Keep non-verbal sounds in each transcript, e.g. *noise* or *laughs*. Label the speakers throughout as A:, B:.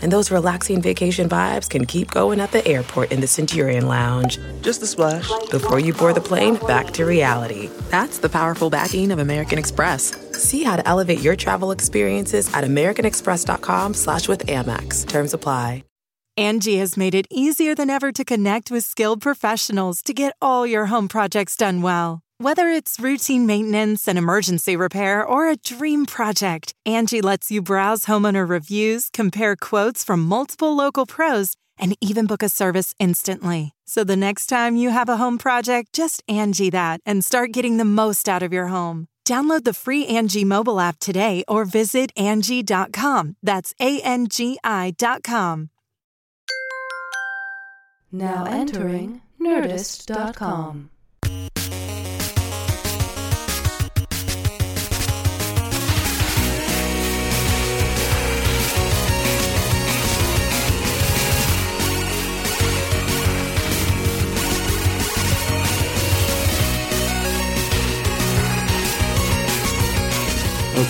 A: And those relaxing vacation vibes can keep going at the airport in the Centurion Lounge.
B: Just a splash.
A: Before you board the plane, back to reality. That's the powerful backing of American Express. See how to elevate your travel experiences at americanexpress.com slash with Amex. Terms apply.
C: Angie has made it easier than ever to connect with skilled professionals to get all your home projects done well. Whether it's routine maintenance and emergency repair or a dream project, Angie lets you browse homeowner reviews, compare quotes from multiple local pros, and even book a service instantly. So the next time you have a home project, just Angie that and start getting the most out of your home. Download the free Angie mobile app today or visit Angie.com. That's A-N-G-I dot com.
D: Now entering Nerdist.com.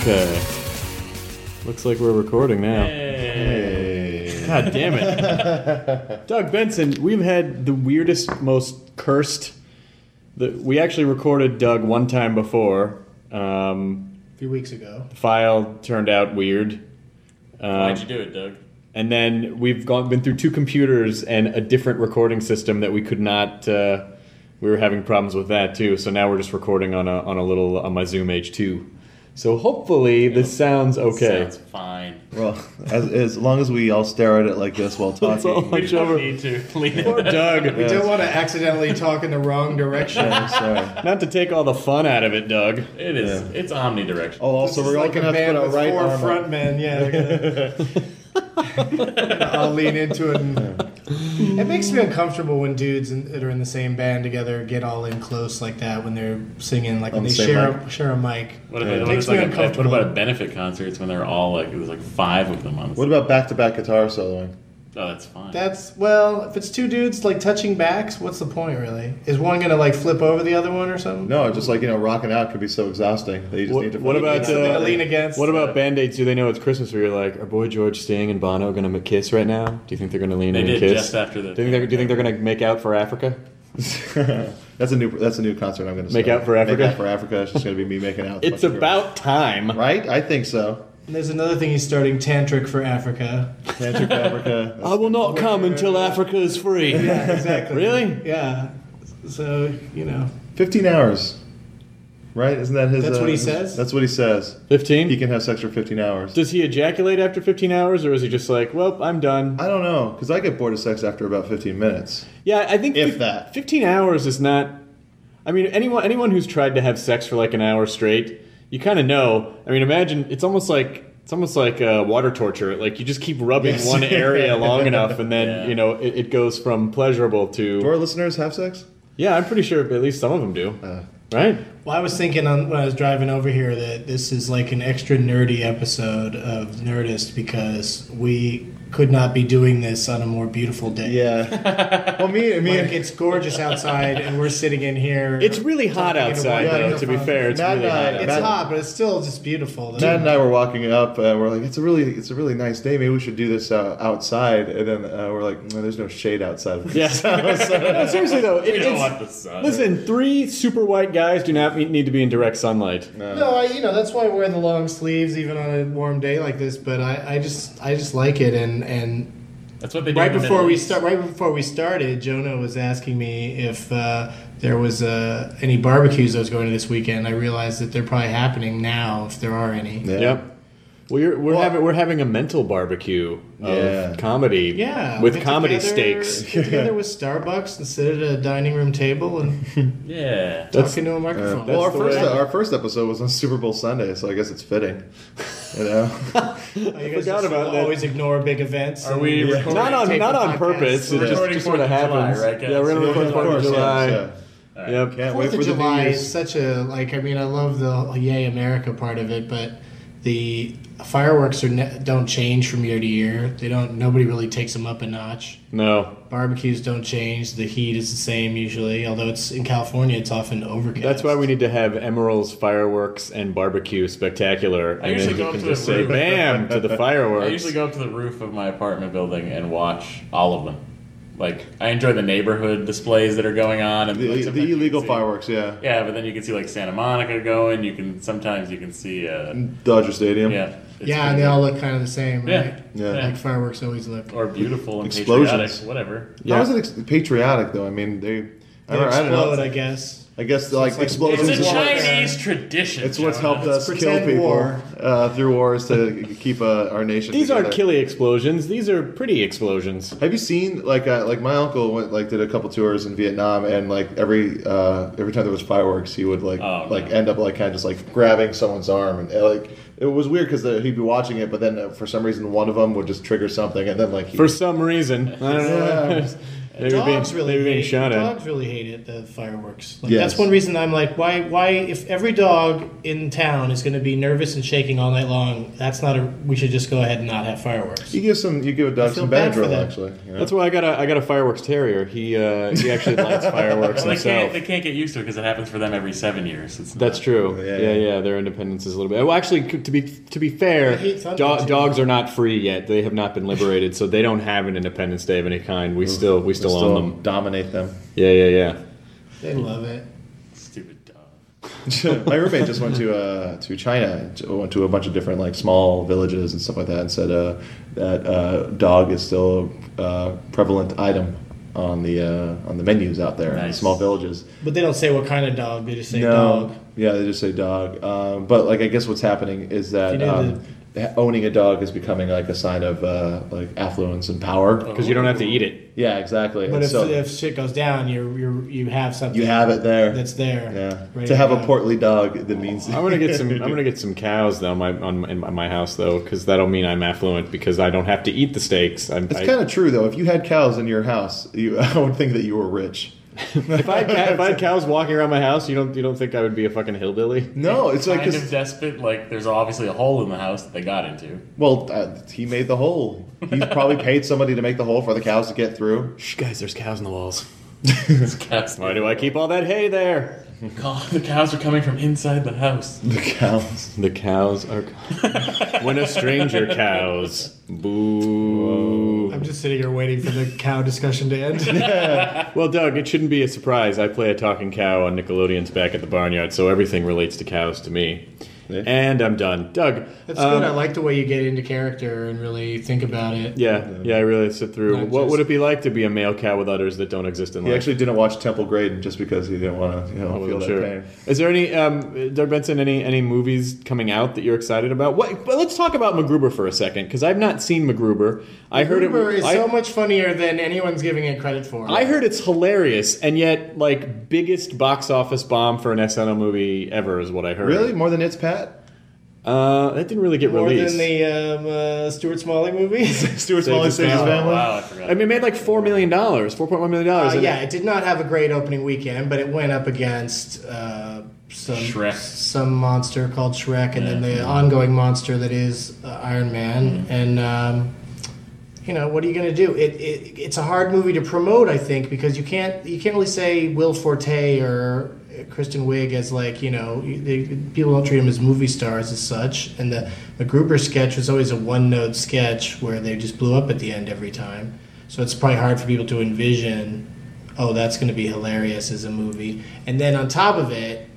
E: Okay. Looks like we're recording now. God damn it.
F: *laughs*
E: Doug Benson, we've had the weirdest, most cursed. The, we actually recorded Doug one time before. Um,
F: a few weeks ago.
E: the file turned out weird. Um,
G: Why'd you do it, Doug?
E: And then we've gone, been through two computers and a different recording system that we could not. Uh, we were having problems with that too. So now we're just recording on a, on a little, on my Zoom H2. So hopefully this sounds okay.
G: Sounds fine.
F: Well,
E: *laughs*
F: as, as long as we all stare at it like this while
E: That's all
F: talking.
E: much over.
G: Need to lean it
E: Poor Doug.
F: We don't want to accidentally talk in the *laughs* wrong direction. sorry.
E: Not to take all the fun out of it, Doug.
G: It is. It's omnidirectional.
F: Oh, also, we're all going to have to put our right
H: four
F: arm
H: front
F: up.
H: men. Yeah, they're
F: *laughs*
H: gonna- I'll lean into it. And, It makes me uncomfortable when dudes in, that are in the same band together get all in close like that when they're singing, like
F: On
H: when
F: the
H: they
F: same
H: share
F: mic.
H: a, share a mic.
G: What, about,
H: It
G: what,
H: makes
G: is
H: me
G: like a, what
H: uncomfortable.
G: about a benefit concerts when they're all like there's like five of them on? the
F: What about back to back guitar soloing?
G: oh, that's fine.
H: That's well, if it's two dudes like touching backs, what's the point really? Is one gonna like flip over the other one or something?
F: No, just like, you know, rocking out could be so exhausting that you just
E: What-
F: need to.
E: what about,
H: Something to
E: uh,
H: lean against.
E: What about band aids? Do they know it's Christmas? Where you're like, are Boy George, Sting, and Bono gonna ma- kiss right now? Do you think they're gonna lean
G: They
E: in and
G: did
E: kiss?
G: just after the-
E: Do you, think they're, do you think they're gonna make out for Africa?
F: that's a new that's a new concert I'm going to
E: Make out for Africa?
F: Make out for Africa. It's just going to be me making out. with
E: It's
F: a bunch of girls.
E: about time.
F: Right? I think so.
H: And there's another thing he's starting, Tantric for Africa.
F: Tantric Africa.
E: *laughs* I will not come until Africa is free.
H: exactly.
E: Really?
H: Yeah. So you know,
F: 15 hours. Right? Isn't that his.
H: That's
F: uh,
H: what he
F: his-
H: says?
F: That's what he says. He
E: Fifteen?
F: can have sex for 15 hours.
E: Does he ejaculate after fifteen hours, or is he just like, well, I'm done?
F: I don't know, because I get bored of sex after about 15 minutes.
E: Yeah, I think
F: If
E: fif-
F: that.
E: fifteen hours is not. I mean, anyone anyone who's tried to have sex for like an hour straight, you kind of know. I mean, imagine it's almost like it's almost like uh, water torture. Like you just keep rubbing
F: Yes.
E: one
F: *laughs*
E: area long enough, and then
G: Yeah.
E: you know it, it goes from pleasurable to.
F: Do our listeners have sex?
E: yeah, I'm pretty sure at least some of them do.
F: Uh,
E: right?
H: Well, I was thinking on, when I was driving over here that this is like an extra nerdy episode of Nerdist because we could not be doing this on a more beautiful day.
F: Yeah. well, me, me,
H: Like, it's gorgeous outside, and we're sitting in here.
E: It's really hot
H: Talking to
E: outside,
H: one
E: though.
H: microphone.
E: To be fair, it's
F: Matt
E: really
F: and I-
E: hot.
H: It's
E: outside.
F: Matt-
H: hot, but it's still just beautiful.
F: Matt and I were walking up, and we're like, "It's a really, it's a really nice day. Maybe we should do this uh, outside." And then uh, we're like, no, "There's no shade outside." Of
E: Yeah.
F: this *laughs* house."
E: No, seriously though, it,
G: we don't
E: it's-
G: want the sun.
E: listen. Three super white guys do not need to be in direct sunlight.
H: no, I, you know that's why I wear the long sleeves even on a warm day like this. But I, I just, I just like it, and and
G: That's what they do.
H: right
G: in the
H: before
G: Middle
H: we
G: East.
H: start right before we started jonah was asking me if uh, there was uh, any barbecues i was going to this weekend i realized that they're probably happening now if there are any
F: Yeah.
E: Yep. Well, you're, we're
F: Well-
E: having we're having a mental barbecue of
F: Yeah.
E: comedy,
H: yeah
E: with
H: get
E: comedy
H: together-
E: steaks.
H: *laughs* get together with starbucks and sit at a dining room table and
G: Yeah.
E: That's-
H: talk into a microphone
F: well, our
E: the
F: first,
E: way.
F: our first episode was on Super Bowl Sunday, so I guess it's fitting. You know,
H: Oh, you guys
E: forgot
H: just
E: about that.
H: always ignore big events
G: Are
H: and-
G: we
H: Yeah.
G: recording?
E: Not on
H: Tape
E: not
H: a
E: on
H: podcast.
E: purpose. It
G: We're
E: just,
G: recording
E: sort of
G: 4th of July,
E: happens.
G: right,
E: yeah,
G: guys?
E: we're gonna
G: Yeah,
E: record
F: Of
E: Fourth of
F: course,
E: July.
F: yes, yeah.
E: Yep.
F: Can't wait
H: Fourth
F: for
H: of
F: the New
H: July is
F: Year's.
H: such a like. I mean, I love the "Yay America" part of it, but the fireworks are ne- don't change from year to year. They don't. Nobody really takes them up a notch.
E: No,
H: Barbecues don't change. The heat is the same usually, although it's in California, it's often overcast.
E: that's why we need to have Emerald's fireworks and barbecue spectacular, and
G: usually
E: then
G: go
E: you
G: up
E: can
G: to
E: just
G: the
E: say
G: roof.
E: "bam" to
G: *laughs*
E: the fireworks.
G: I usually go up to the roof of my apartment building and watch all of them. Like I enjoy the neighborhood displays that are going on and
F: The,
G: like,
F: the
G: sometimes you
F: illegal
G: can see-
F: fireworks, yeah.
G: Yeah, but then you can see like Santa Monica going. You can sometimes you can see uh,
F: Dodger Stadium.
G: yeah, it's
H: yeah, and
G: pretty
H: they all look kind of the same,
G: good.
H: right?
F: Yeah.
H: Like fireworks always look.
G: or beautiful and
F: Explosions.
G: patriotic, whatever.
F: How is it ex- patriotic though? I mean, they. I,
H: They
F: don't- I don't know.
H: explode, I guess.
F: I guess like, explosions.
G: It's a
F: is what-
G: Chinese tradition.
F: It's what's
G: Jonah.
F: helped us kill
H: pretend
F: people
H: war.
F: uh, through wars to keep uh, our nation.
E: These aren't
F: together.
E: killy explosions. These are pretty explosions.
F: Have you seen like uh, like my uncle went like did a couple tours in Vietnam and like every uh, every time there was fireworks he would like
G: Oh,
F: like
G: no.
F: end up like kind of just like grabbing someone's arm and uh, like it was weird because he'd be watching it but then uh, for some reason one of them would just trigger something and then like he,
E: For some reason, I don't know.
F: Yeah.
E: they were being,
H: Dogs
E: they
H: really
E: were being
H: hate,
E: shot at.
H: Dogs really hate it. The fireworks. Like,
F: Yes.
H: That's one reason I'm like, why? Why if every dog in town is going to be nervous and shaking all night long, that's not a. We should just go ahead and not have
F: *laughs*
H: fireworks.
F: you give some you give a dog
H: feel
F: some
H: bad for
F: Benadryl
H: them.
F: actually. you know?
E: That's why I got a I got a fireworks terrier. He uh, he actually lights fireworks
G: Well, they can't,
E: himself.
G: they can't get used to it because it happens for them every seven years. It's
E: That's true. Yeah
F: Yeah,
E: yeah.
F: yeah.
E: Their independence is a little bit. Well, actually, c- to be to be fair,
H: I hate thunder,
E: do-
H: too.
E: dogs are not free yet. They have not been liberated, so they don't have an Independence Day of any kind. We still we still,
F: Still
E: own them.
F: dominate them.
E: Yeah, yeah,
H: They love it.
G: stupid dog.
F: my roommate just went to uh, to China, to- went to a bunch of different like small villages and stuff like that, and said uh, that uh, dog is still a uh, prevalent item on the uh, on the menus out there in
G: Nice.
F: small villages.
H: But they don't say what kind of dog. They just say dog.
F: yeah, they just say dog. Um, but like, I guess what's happening is
H: You
F: that.
H: know
F: Um, Owning a dog is becoming like a sign of uh, like affluence and power.
H: Oh.
E: because you don't have to eat it.
F: Yeah, exactly.
H: But
F: And
H: if,
F: so
H: if shit goes down, you you you have something.
F: you have it there.
H: that's there.
F: yeah.
H: ready
F: To have
H: go.
F: a portly dog, that means
E: I'm gonna get some. I'm gonna get some cows though. My on in my house though, because that'll mean I'm affluent because I don't have to eat the steaks. I'm,
F: It's
E: I-
F: kind of true though. If you had cows in your house, you, *laughs* I would think that you were rich.
E: If I, had ca- if I had cows walking around my house, you don't you don't think I would be a fucking hillbilly?
F: No, it's like
G: kind
F: 'cause-
G: of despot. Like there's obviously a hole in the house that they got into.
F: well, uh, he made the hole. He probably paid somebody to make the hole for the cows to get through.
E: Shh, guys, there's cows in the walls. *laughs*
G: Cows.
E: Why do I keep all that hay there?
G: God, the cows are coming from inside the house.
F: *laughs* The cows.
E: The cows are. when a stranger cows. Boo.
H: I'm just sitting here waiting for the cow discussion to end.
E: Well, Doug, it shouldn't be a surprise. I play a talking cow on Nickelodeon's Back at the Barnyard, so everything relates to cows to me.
F: Yeah.
E: And I'm done. Doug.
H: That's
E: um,
H: good. I like the way you get into character and really think about it.
E: Yeah, yeah, I really sit through.
H: Not
E: what would it
H: just-
E: be like to be a male cow with udders that don't exist in
F: He
E: life?
F: actually didn't watch Temple Grade just because he didn't want to you know,
E: I
F: feel
E: wasn't
F: that
E: sure.
F: pain.
E: Is there any um, Doug Benson? Any any movies coming out that you're excited about? What? But let's talk about MacGruber for a second because I've not seen MacGruber. I heard
H: Uber
E: it.
H: is
E: I,
H: so much funnier than anyone's giving it credit for.
E: I heard it's hilarious, and yet like biggest box office bomb for an SNL movie ever is what I heard.
F: Really, more than it's Pat.
E: Uh, that didn't really get
H: more
E: released.
H: than the um, uh, Stuart Smalley movie.
F: Stuart
E: Save
F: Smalley
E: his
F: saved his
E: family.
F: family.
G: Wow, I forgot.
E: I mean, it made like four million dollars, four point one million dollars.
H: uh, yeah, it did not have a great opening weekend, but it went up against uh, some
G: Shrek.
H: some monster called Shrek, and then
G: Yeah.
H: the ongoing monster that is uh, Iron Man. And um, you know, what are you going to do? It, it it's a hard movie to promote, I think, because you can't you can't really say Will Forte or Kristen Wiig as like you know they, people don't treat them as movie stars as such. And the MacGruber sketch was always a one note sketch where they just blew up at the end every time. So it's probably hard for people to envision, oh, that's going to be hilarious as a movie. And then on top of it,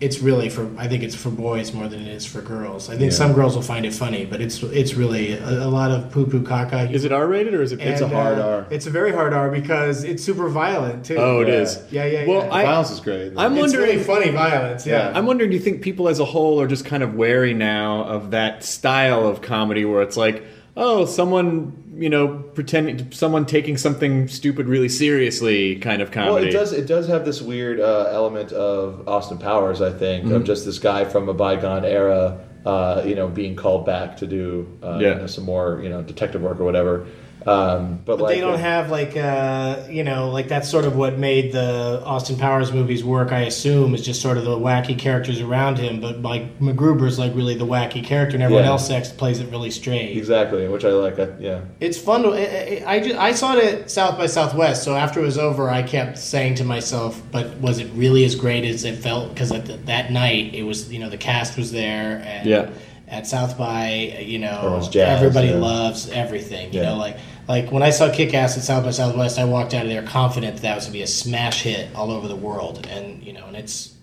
H: it's really for I think it's for boys more than it is for girls. I think some girls will find it funny, but it's it's really a, a lot of poo poo caca.
E: is it R rated or is it?
H: And,
E: it's a
F: hard
H: uh,
F: R.
H: It's a very hard R because it's super violent too.
E: oh, it is.
H: Yeah, yeah.
E: Well,
H: yeah.
E: I-
F: Violence is great.
E: I'm
H: it's
E: wondering.
H: really funny violence. Yeah.
E: I'm wondering, do you think people as a whole are just kind of wary now of that style of comedy where it's like, oh, someone, you know, pretending, someone taking something stupid really seriously kind of comedy?
F: Well, it does. It does have this weird uh, element of Austin Powers, I think, of just this guy from a bygone era, uh, you know, being called back to do uh, you
E: Yeah.
F: know, some more, you know, detective work or whatever. Um, but,
H: But
F: like,
H: they don't
F: uh,
H: have like uh, you know like that's sort of what made the Austin Powers movies work. I assume is just sort of the wacky characters around him. But like MacGruber's like really the wacky character, and everyone
F: Yeah.
H: else else plays it really straight.
F: exactly, which I like. I, yeah,
H: It's fun. To, I, I, I, ju- I saw it at South by Southwest, so after it was over, I kept saying to myself, "But was it really as great as it felt?" Because at the, that night, it was you know the cast was there, and
E: Yeah.
H: at South by, uh, you know,
F: Everyone's jazzed,
H: everybody
F: yeah.
H: loves everything. You
F: Yeah.
H: know, like like when I saw Kick Ass at South by Southwest, I walked out of there confident that, that was gonna be a smash hit all over the world, and you know, and it's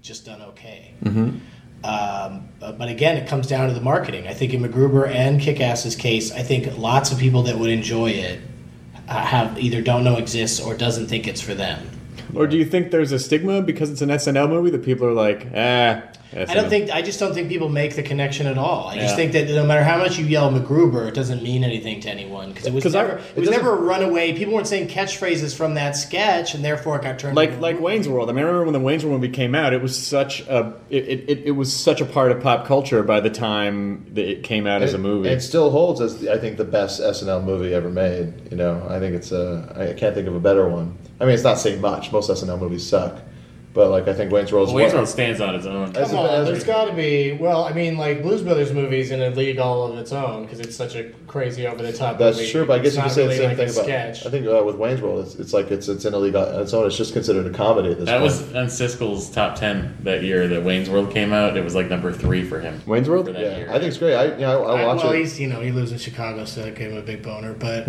H: just done okay. Um, but but again, it comes down to the marketing. I think in MacGruber and Kickass's case, I think lots of people that would enjoy it uh, have either don't know exists or doesn't think it's for them.
E: Or do you think there's a stigma because it's an SNL movie that people are like, ah?
H: I don't think I just don't think people make the connection at all. I just
G: Yeah.
H: think that no matter how much you yell MacGruber, it doesn't mean anything to anyone because it was
E: 'Cause I-
H: never
E: it
H: it was
E: doesn't-
H: never a runaway. People weren't saying catchphrases from that sketch, and therefore it got turned
E: like
H: into-
E: like Wayne's World. I mean, I remember when the Wayne's World movie came out. It was such a it, it- it, it was such a part of pop culture by the time that it came out as a
F: It-
E: movie.
F: It still holds as the, I think the best SNL movie ever made. You know, I think it's a I can't think of a better one. I mean, it's not saying much. Most SNL movies suck, but like I think Wayne's World. is
G: Wayne's
F: one-
G: World stands on its own.
F: That's
H: Come on,
F: As a-
H: there's got to be. Well, I mean, like Blues Brothers movies in a league all of its own because it's such a crazy over the top.
F: That's
H: movie.
F: true, but I guess
H: It's
F: you can
H: not
F: say
H: really
F: the same
H: like
F: thing
H: a
F: about.
H: sketch.
F: I think uh, with Wayne's World, it's, it's like it's it's in a league on its own. It's just considered a comedy at this
G: That
F: point.
G: was on Siskel's top ten that year that Wayne's World came out. It was like number three for him.
E: Wayne's
G: for
E: World.
G: that
F: yeah,
G: year.
F: I think it's great. I you know, I, I
H: I-
F: watch
H: well,
F: it.
H: he's you know he lives in Chicago, so that gave him a big boner.
F: *laughs*
H: But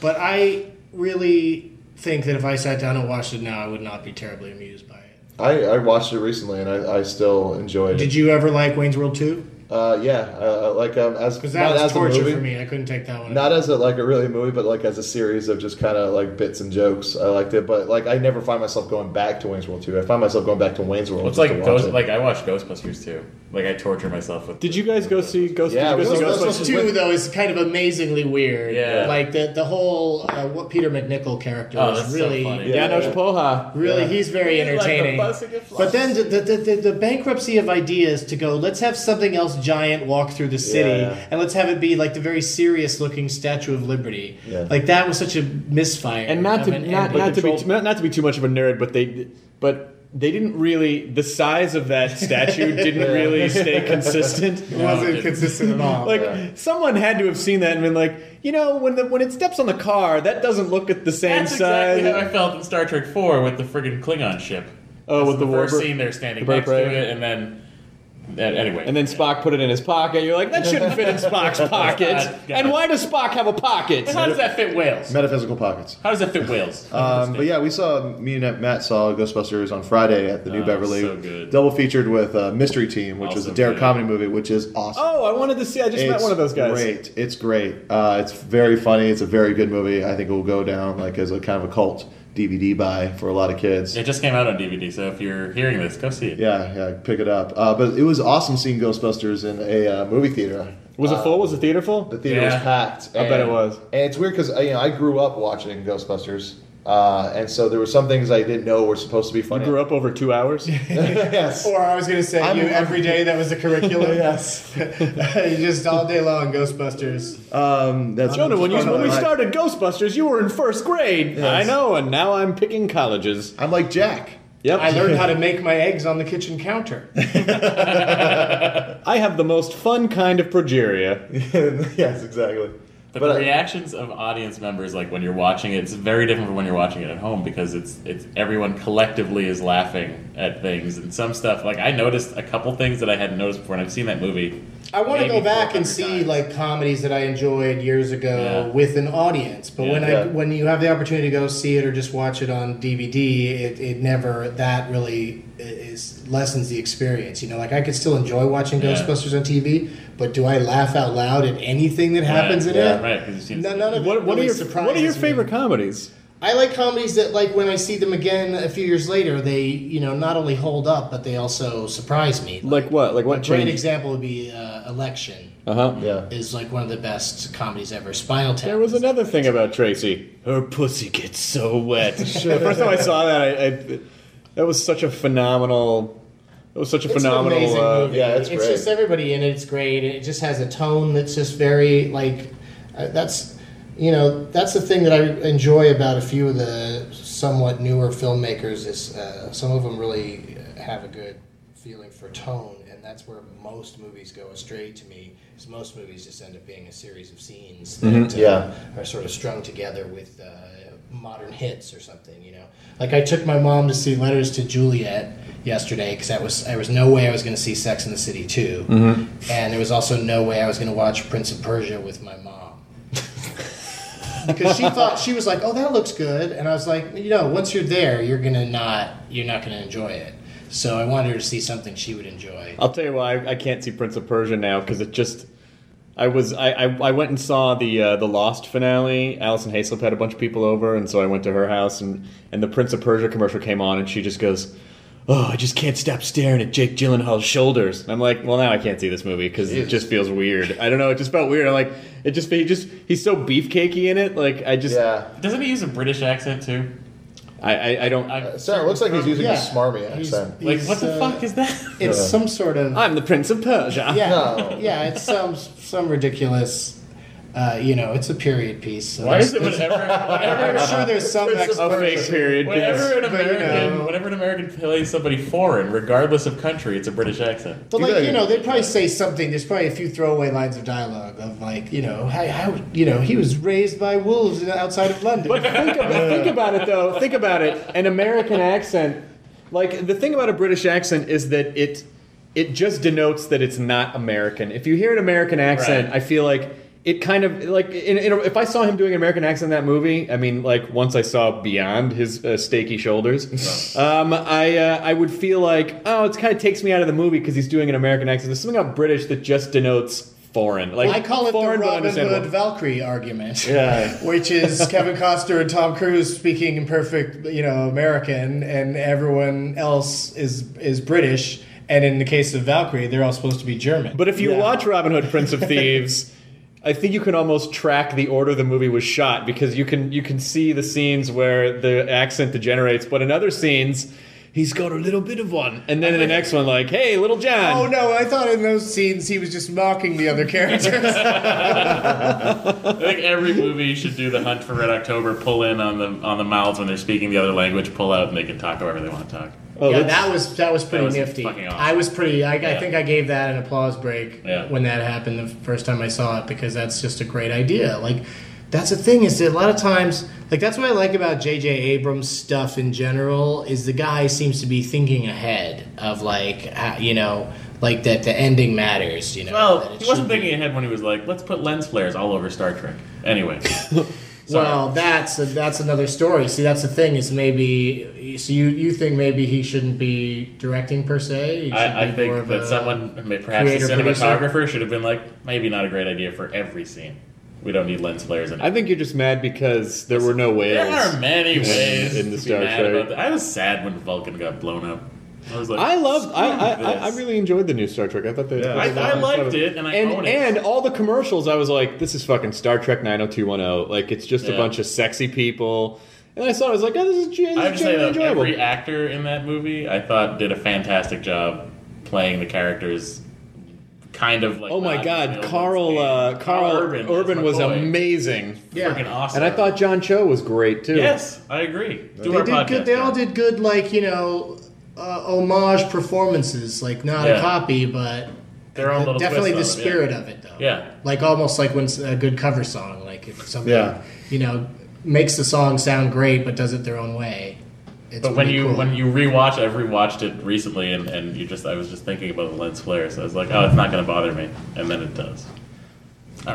H: but I really think that if I sat down and watched it now, I would not be terribly amused by it.
F: I, I watched it recently, and I, I still enjoyed
H: Did
F: it.
H: you ever like Wayne's World two?
F: Uh, yeah, uh, like um, as
H: Because
F: not
H: that was
F: as a
H: torture
F: movie,
H: for me. I couldn't take that one.
F: not as a, like a really movie, but like as a series of just kind of like bits and jokes. I liked it, but like I never find myself going back to Wayne's World two. I find myself going back to Wayne's World.
G: Well, it's
F: just
G: like
F: to watch
G: Ghost,
F: it.
G: like I watched Ghostbusters too. Like I torture myself with.
E: Did you guys go see Ghost?
F: Yeah,
E: did you go
F: we-
E: see
H: Ghostbusters
F: Ghostbusters
E: Ghostbusters?
F: was-
H: 2, though, is kind of amazingly weird.
G: Yeah.
H: Like, the, the whole uh, what Peter McNichol character
G: Oh,
H: is
G: that's so
H: really
G: funny.
E: Janos Poha.
H: Really,
F: Yeah.
H: he's very
G: the
H: entertaining.
G: bus that gets
H: but then the, the, the, the bankruptcy of ideas to go, let's have something else giant walk through the city
F: Yeah.
H: and let's have it be like the very serious looking Statue of Liberty.
F: Yeah.
H: Like that was such a misfire.
E: and not
H: of
E: to
H: an
E: not,
H: ending.
E: not to be
F: Control-
E: too, not, not to be too much of a nerd, but they but they didn't really the size of that statue didn't really stay
H: *laughs*
E: consistent.
H: It *laughs* wasn't consistent at all.
E: Like
F: Yeah.
E: someone had to have seen that and been like, you know, when the when it steps on the car, that doesn't look at the same
G: That's
E: size.
G: exactly how I felt in Star Trek Four with the friggin' Klingon ship.
E: Oh,
G: That's
E: with the
G: first
E: Warburg-
G: scene they're standing
E: the
G: next to
E: Burberry.
G: it, and then that, anyway,
E: and then Spock put it in his pocket. You're like, that shouldn't fit in Spock's pocket.
G: God, God.
E: And why does Spock have a pocket?
G: how does that fit whales?
F: metaphysical pockets.
G: How does that fit whales?
F: Um, but yeah, we saw me and Matt saw Ghostbusters on Friday at the New
G: Oh,
F: Beverly,
G: so good.
F: double featured with uh, Mystery Team, which was
G: Also
F: a Derek
G: good.
F: comedy movie, which is awesome.
E: Oh, I wanted to see. I just met
F: It's
E: one of those guys.
F: Great, it's great. Uh, it's very funny. It's a very good movie. I think it will go down like as a kind of a cult DVD buy for a lot of kids.
G: It just came out on DVD, so if you're hearing this, go see it.
F: Yeah, yeah, pick it up. Uh, but it was awesome seeing Ghostbusters in a uh, movie theater.
E: Was it
F: Uh,
E: full? Was the theater
F: The
E: full?
F: theater
G: Yeah.
F: was packed.
E: I bet it was.
F: And it's weird because you know I grew up watching Ghostbusters, uh, and so there were some things I didn't know were supposed to be
E: I
F: funny.
E: grew up over two hours.
F: *laughs* yes.
H: or I was going to say,
F: I'm-
H: you
F: I'm-
H: every day that was the curriculum.
F: Yes.
H: you *laughs* just all day long, Ghostbusters.
F: Um, that's
E: Jonah, when, you, when we
F: I-
E: started Ghostbusters, you were in first grade. I know, and now I'm picking colleges.
F: I'm like
E: *laughs*
F: Jack.
E: Yep.
H: I learned how to make my eggs on the kitchen counter.
E: I have the most fun kind of
H: *laughs*
E: progeria.
F: yes, exactly.
G: But,
F: But
G: the
F: I-
G: reactions of audience members, like when you're watching it, it's very different from when you're watching it at home because it's it's everyone collectively is laughing at things and some stuff. Like I noticed a couple things that I hadn't noticed before, and I've seen that movie.
H: I want to
G: maybe
H: go back and
G: 400
H: see
G: times.
H: like comedies that I enjoyed years ago
G: Yeah.
H: with an audience, but when
F: Yeah.
H: I when you have the opportunity to go see it or just watch it on DVD, it, it never that really i- is lessens the experience. You know, like I could still enjoy watching
G: Yeah.
H: Ghostbusters on TV, but do I laugh out loud at anything that happens in
G: yeah,
H: it?
G: right? 'cause you've seen
H: No, none of
E: What,
H: it
E: what,
H: really
E: are your, what are your
H: surprises me.
E: favorite comedies?
H: I like comedies that, like, when I see them again a few years later, they, you know, not only hold up, but they also surprise me.
E: Like what? Like
H: a
E: what
H: great
E: changed?
H: example would be uh, Election
E: Uh huh.
F: Yeah.
H: is like one of the best comedies ever. Spinal Tap.
E: There was
H: is-
E: another thing about Tracy. Her pussy gets so
H: *laughs*
E: wet. the first time I saw that, I, I that was such a phenomenal. It was such a
H: It's
E: phenomenal.
H: an amazing
E: uh,
H: movie.
F: yeah, it's great.
H: just everybody in it. It's great. It just has a tone that's just very like uh, that's you know, that's the thing that I enjoy about a few of the somewhat newer filmmakers is uh, some of them really have a good feeling for tone, and that's where most movies go astray to me. Is most movies just end up being a series of scenes that uh,
F: Mm-hmm. yeah.
H: are sort of strung together with uh, modern hits or something. You know, like I took my mom to see Letters to Juliet yesterday because that was there was no way I was going to see Sex in the City 2 and there was also no way I was going to watch Prince of Persia with my mom *laughs* because she thought she was like, "Oh, that looks good," and I was like, "You know, once you're there, you're gonna not you're not gonna enjoy it." So I wanted her to see something she would enjoy.
E: I'll tell you why I, I can't see Prince of Persia now because it just. I was I, I, I went and saw the uh, the Lost finale. Allison Hayslip had a bunch of people over, and so I went to her house, and and the Prince of Persia commercial came on, and she just goes. Oh, I just can't stop staring at Jake Gyllenhaal's shoulders. And I'm like, well, now I can't see this movie because it just feels weird. I don't know. It just felt weird. I'm like, it just he just he's so beefcakey in it. Like I just
F: *laughs* Yeah.
G: Doesn't he use a British accent too?
E: I, I I don't. I,
G: I-
F: Sarah, it looks like he's using
H: Yeah.
F: a smarmy
H: He's-
F: accent.
G: Like,
H: he's,
G: what the
H: uh,
G: fuck is that?
H: It's
F: Yeah.
H: some sort of
E: am the Prince of *laughs* Persia.
H: yeah,
F: No.
H: yeah. It's some some ridiculous. Uh, you know, it's a period piece. So
G: Why is it
H: there's-
G: whenever,
H: I'm
G: whenever,
H: sure there's some
F: It's
E: A
H: expert.
E: fake period.
G: whenever an
H: But, you
G: American,
H: know.
G: whenever an American plays somebody foreign, regardless of country, it's a British accent.
H: But
F: You
H: like
F: gotta-
H: you know, they probably say something. There's probably a few throwaway lines of dialogue of like you know, how, how you know he was raised by wolves outside of London.
E: But think about, think about it though. Think about it. An American accent, like the thing about a British accent is that it it just denotes that it's not American. If you hear an American accent,
G: Right.
E: I feel like it kind of like in, in a, if I saw him doing an American accent in that movie, I mean, like once I saw beyond his uh, staky shoulders, um, I uh, I would feel like oh, it kind of takes me out of the movie because he's doing an American accent. There's something about British that just denotes foreign. Like
H: I call it the
E: foreign but
H: Robin
E: understandable.
H: Hood Valkyrie argument.
E: Yeah.
H: *laughs* Which is Kevin Costner and Tom Cruise speaking in perfect, you know, American, and everyone else is is British. And in the case of Valkyrie, they're all supposed to be German.
E: But if you watch Robin Hood, Prince
H: *laughs*
E: of Thieves, I think you can almost track the order the movie was shot because you can you can see the scenes where the accent degenerates, but in other scenes, he's got a little bit of one, and
H: *laughs*
E: then in the next one, like, "Hey, little John."
H: oh no, I thought in those scenes he was just mocking the other *laughs* characters.
G: I think every movie should do the Hunt for Red October. Pull in on the on the mouths when they're speaking the other language. Pull out and they can talk however they want to talk.
E: Oh,
H: yeah,
E: that's-
H: that was that was pretty
G: was
H: nifty.
G: fucking awesome.
H: I was pretty. I, I
G: Yeah.
H: think I gave that an applause break
G: Yeah.
H: when that happened the first time I saw it because that's just a great idea. Like that's the thing is that a lot of times like that's what I like about J.J. Abrams stuff in general is the guy seems to be thinking ahead of like how, you know like that the ending matters. You know, that
G: Well,
H: it
G: he
H: should
G: wasn't
H: be-
G: thinking ahead when he was like, "Let's put lens flares all over Star Trek." Anyway,
H: *laughs* Well, that's that's another story. See, that's the thing is maybe so you you think maybe he shouldn't be directing per se. He should
G: I, I
H: be more
G: think
H: of
G: that
H: a-
G: someone, perhaps
H: creator,
G: the
H: producer.
G: cinematographer, should have been like, "Maybe not a great idea for every scene. We don't need lens flares in it."
E: I think you're just mad because there were no whales.
G: There are many ways
E: In the
G: to be
E: Star
G: mad
E: Trek.
G: about that. I was sad when Vulcan got blown up. I was like,
E: I love. I, I,
G: "Screw
E: I, I
G: this."
E: really enjoyed the new Star Trek. I thought they.
F: Yeah.
G: I, I liked it, and I
E: and
G: own it.
E: and all the commercials, I was like, this is fucking Star Trek 90210. Like it's just a
G: Yeah.
E: bunch of sexy people. And I saw, it, I was like, oh, this is, this
G: I have
E: is
G: to say
E: genuinely
G: that
E: enjoyable.
G: every actor in that movie, I thought, did a fantastic job playing the characters. Kind of like.
E: Oh my
G: not
E: God,
G: real
E: Carl
G: ones.
E: uh, Carl Urban,
G: Urban, is my
E: was
G: boy.
E: amazing,
H: Yeah.
G: Freaking awesome.
E: and I thought John Cho was great too.
G: Yes, I agree. Do
H: They
G: our
H: did
G: podcast.
H: good. They all
G: yeah.
H: did good, like you know, uh, homage performances. Like not a
G: Yeah.
H: copy, but
G: Their own little
H: definitely the
G: twist on it, yeah.
H: spirit of it, though.
G: Yeah.
H: like almost like when it's a good cover song, like if somebody,
F: Yeah.
H: you know, makes the song sound great but does it their own way. It's
G: But when
H: pretty
G: you
H: cool.
G: when you rewatch, I've rewatched it recently, and, and you just I was just thinking about the lens flares. I was like, oh, it's not going to bother me, and then it does.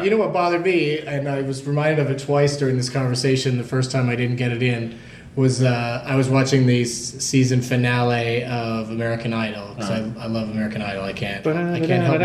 H: You know what bothered me, and I was reminded of it twice during this conversation. The first time I didn't get it in was uh, I was watching the s- season finale of American Idol because I, I love American Idol. I can't I can't help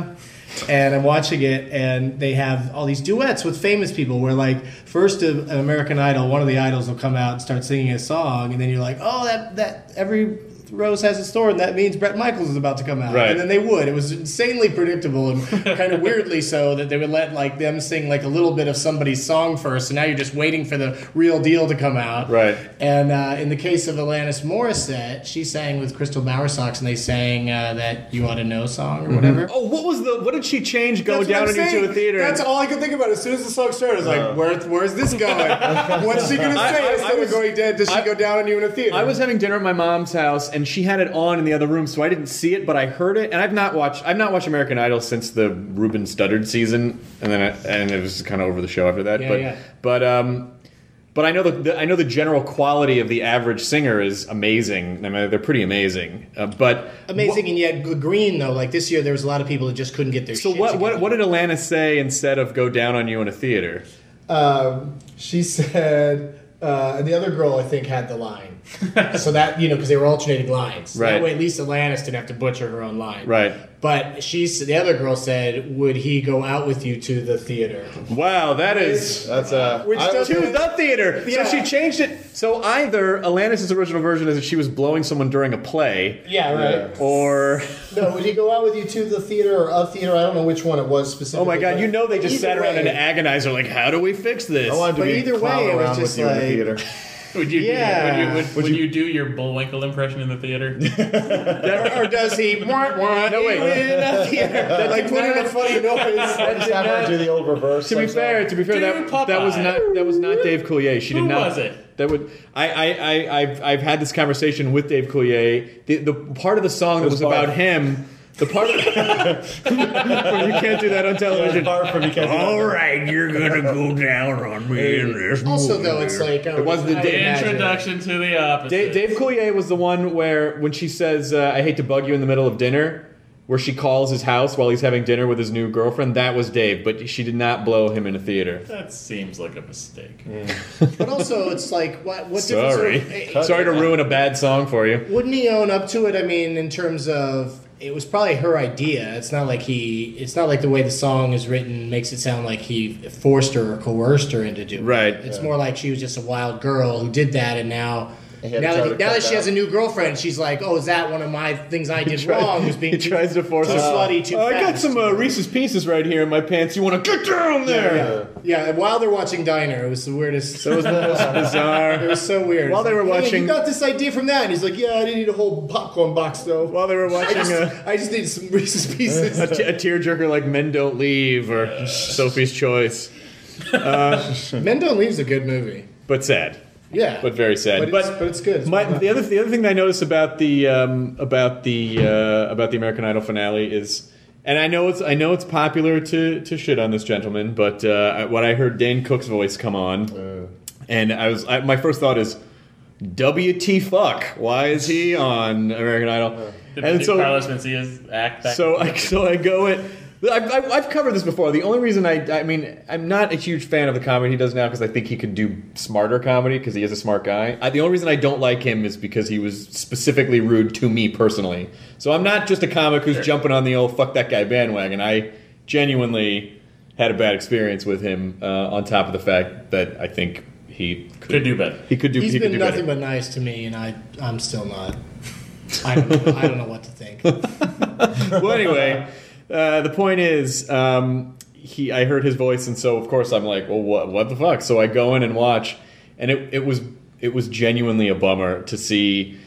H: myself. And I'm watching it, and they have all these duets with famous people. Where like first of an American Idol, one of the idols will come out and start singing a song, and then you're like, oh, that that every Rose has a store, and that means Brett Michaels is about to come out.
F: Right.
H: And then they would. It was insanely predictable and kind of weirdly so that they would let like them sing like a little bit of somebody's song first, and now you're just waiting for the real deal to come out.
F: Right.
H: And uh, in the case of Alanis Morissette, she sang with Crystal Bowersox, and they sang uh, that "You Ought to Know" song or
F: Mm-hmm.
H: whatever.
E: Oh, what was the? What did she change? Go
H: That's what
E: down
H: I'm
E: into
H: saying.
E: a theater.
H: That's all I could think about. As soon as the song started, I was like, "Where's where's *laughs* this going? What's she gonna
E: I-
H: say
E: I- I
H: instead
E: was-
H: of going dead? Does she
E: I-
H: go down and you in a theater?"
E: I was having dinner at my mom's house, and she had it on in the other room, so I didn't see it, but I heard it. And I've not watched I've not watched American Idol since the Ruben Studdard season, and then I, and it was kind of over the show after that.
H: Yeah,
E: but
H: yeah.
E: but um, but I know the, the I know the general quality of the average singer is amazing. I mean, they're pretty amazing. Uh, but
H: amazing and yet g- green though. Like this year, there was a lot of people that just couldn't get their.
E: So
H: shit
E: what,
H: together.
E: what what did Alana say instead of go down on you in a theater?
B: Um, she said, uh, and the other girl I think had the
H: *laughs*
B: line.
H: so that you know because they were alternating lines.
E: Right.
H: That way, at least Alanis didn't have to butcher her own line.
E: Right.
H: But she, s- the other girl said, "Would he go out with you to the theater?"
E: Wow, that is *laughs*
F: That's uh,
H: Which
F: I-
H: does-
E: to the theater.
H: Yeah.
E: So she changed it. So either Alanis' original version is that she was blowing someone during a play,
H: Yeah.
F: yeah.
E: or
B: No, would he go out with you to the theater or a theater? I don't know which one it was specifically.
E: oh my god,
B: but
E: you know they just
B: either
E: sat around and
B: way-
E: agonized. They're like, how do we fix this?
F: I wanted to
H: But
F: be
H: either
F: clown
H: way, it was
F: around
H: just
F: with you in
H: like-
F: the
E: *laughs*
F: *laughs* theater.
G: Would you?
H: Yeah.
G: Do, would you? Would, would, you do your Bullwinkle impression in
E: *laughs*
G: the theater?
H: or, or does he? Want, want, *laughs* no wait. In a theater. like put in a funny noise.
F: I just have her do the old reverse.
E: to be
F: sometime.
E: fair, to be fair,
G: Do
E: that, that was
G: Popeye.
E: not that was not Dave Coulier. She did
G: Who
E: not.
G: was it?
E: That would I I I I've, I've had this conversation with Dave Coulier. The, the part of the song that was,
F: was Barf.
E: about him. The part of *laughs* you can't do that on television.
F: Far from you can't do that.
E: right, you're gonna go down on me in this.
H: Also, though, it's like
E: It was the day-
G: Introduction to the
E: Dave,
G: opposite.
E: Dave Coulier was the one where when she says, uh, "I hate to bug you in the middle of dinner," where she calls his house while he's having dinner with his new girlfriend. That was Dave, but she did not blow him in a theater.
G: That seems like a mistake.
H: But also, it's like what? What difference? would-
E: Sorry, sorry to ruin a bad song for you.
H: Wouldn't he own up to it? I mean, in terms of it was probably her idea. It's not like he. It's not like the way the song is written makes it sound like he forced her or coerced her into doing. it.
E: Right.
H: It's more like she was just a wild girl who did that, and now.
F: And he had to
H: Now
F: try
H: that,
F: to
H: now
F: cut
H: that she
F: it
H: has a
F: out.
H: new girlfriend, she's like, "Oh, is that one of my things I did
E: tries-
H: wrong?" Was being
E: he tries to force
H: too
E: her.
H: slutty, too
E: I got
H: fast.
E: some uh, Reese's Pieces right here in my pants. You want to get down there?
H: Yeah, and while they're watching Diner, it was the weirdest.
E: That was, that was
H: it
E: bizarre.
H: was so *laughs* weird.
E: While they were
H: Hey,
E: watching-
H: you got this idea from that, and he's like, "Yeah, I didn't eat a whole popcorn box though.
E: While they were
H: I
E: watching
H: just,
E: a,
H: I just need some Reese's Pieces."
E: a, t- a tearjerker like "Men Don't Leave" or Sophie's Choice,
H: Men Don't Leave's a good movie.
E: but sad.
H: Yeah,
E: But very sad.
H: But,
E: But,
H: it's, but it's good. It's
E: my,
H: well
E: the other the other thing that I noticed about the um, about the uh, about the American Idol finale is, and I know it's I know it's popular to to shit on this gentleman, but uh, when I heard Dane Cook's voice come on,
H: Uh.
E: and I was I, my first thought is, WT fuck? Why is he on American Idol?
G: Did, did Carlos Mencia's act back?
E: So I, so I go it. I've, I've, I've covered this before. The only reason I, I mean, I'm not a huge fan of the comedy he does now because I think he could do smarter comedy because he is a smart guy. I, the only reason I don't like him is because he was specifically rude to me personally. So I'm not just a comic who's jumping on the old fuck that guy bandwagon. I genuinely had a bad experience with him. Uh, on top of the fact that I think he could,
G: could do better.
E: he could do
H: he's
E: he could
H: been
E: do
H: nothing
E: better.
H: but nice to me, and I I'm still not. I don't know, I don't know what to
E: *laughs*
H: think.
E: Oh, well, anyway, uh, the point is, um, he. I heard his voice, and so of course I'm like, well, what, what the fuck? So I go in and watch, and it, it was it was genuinely a bummer to see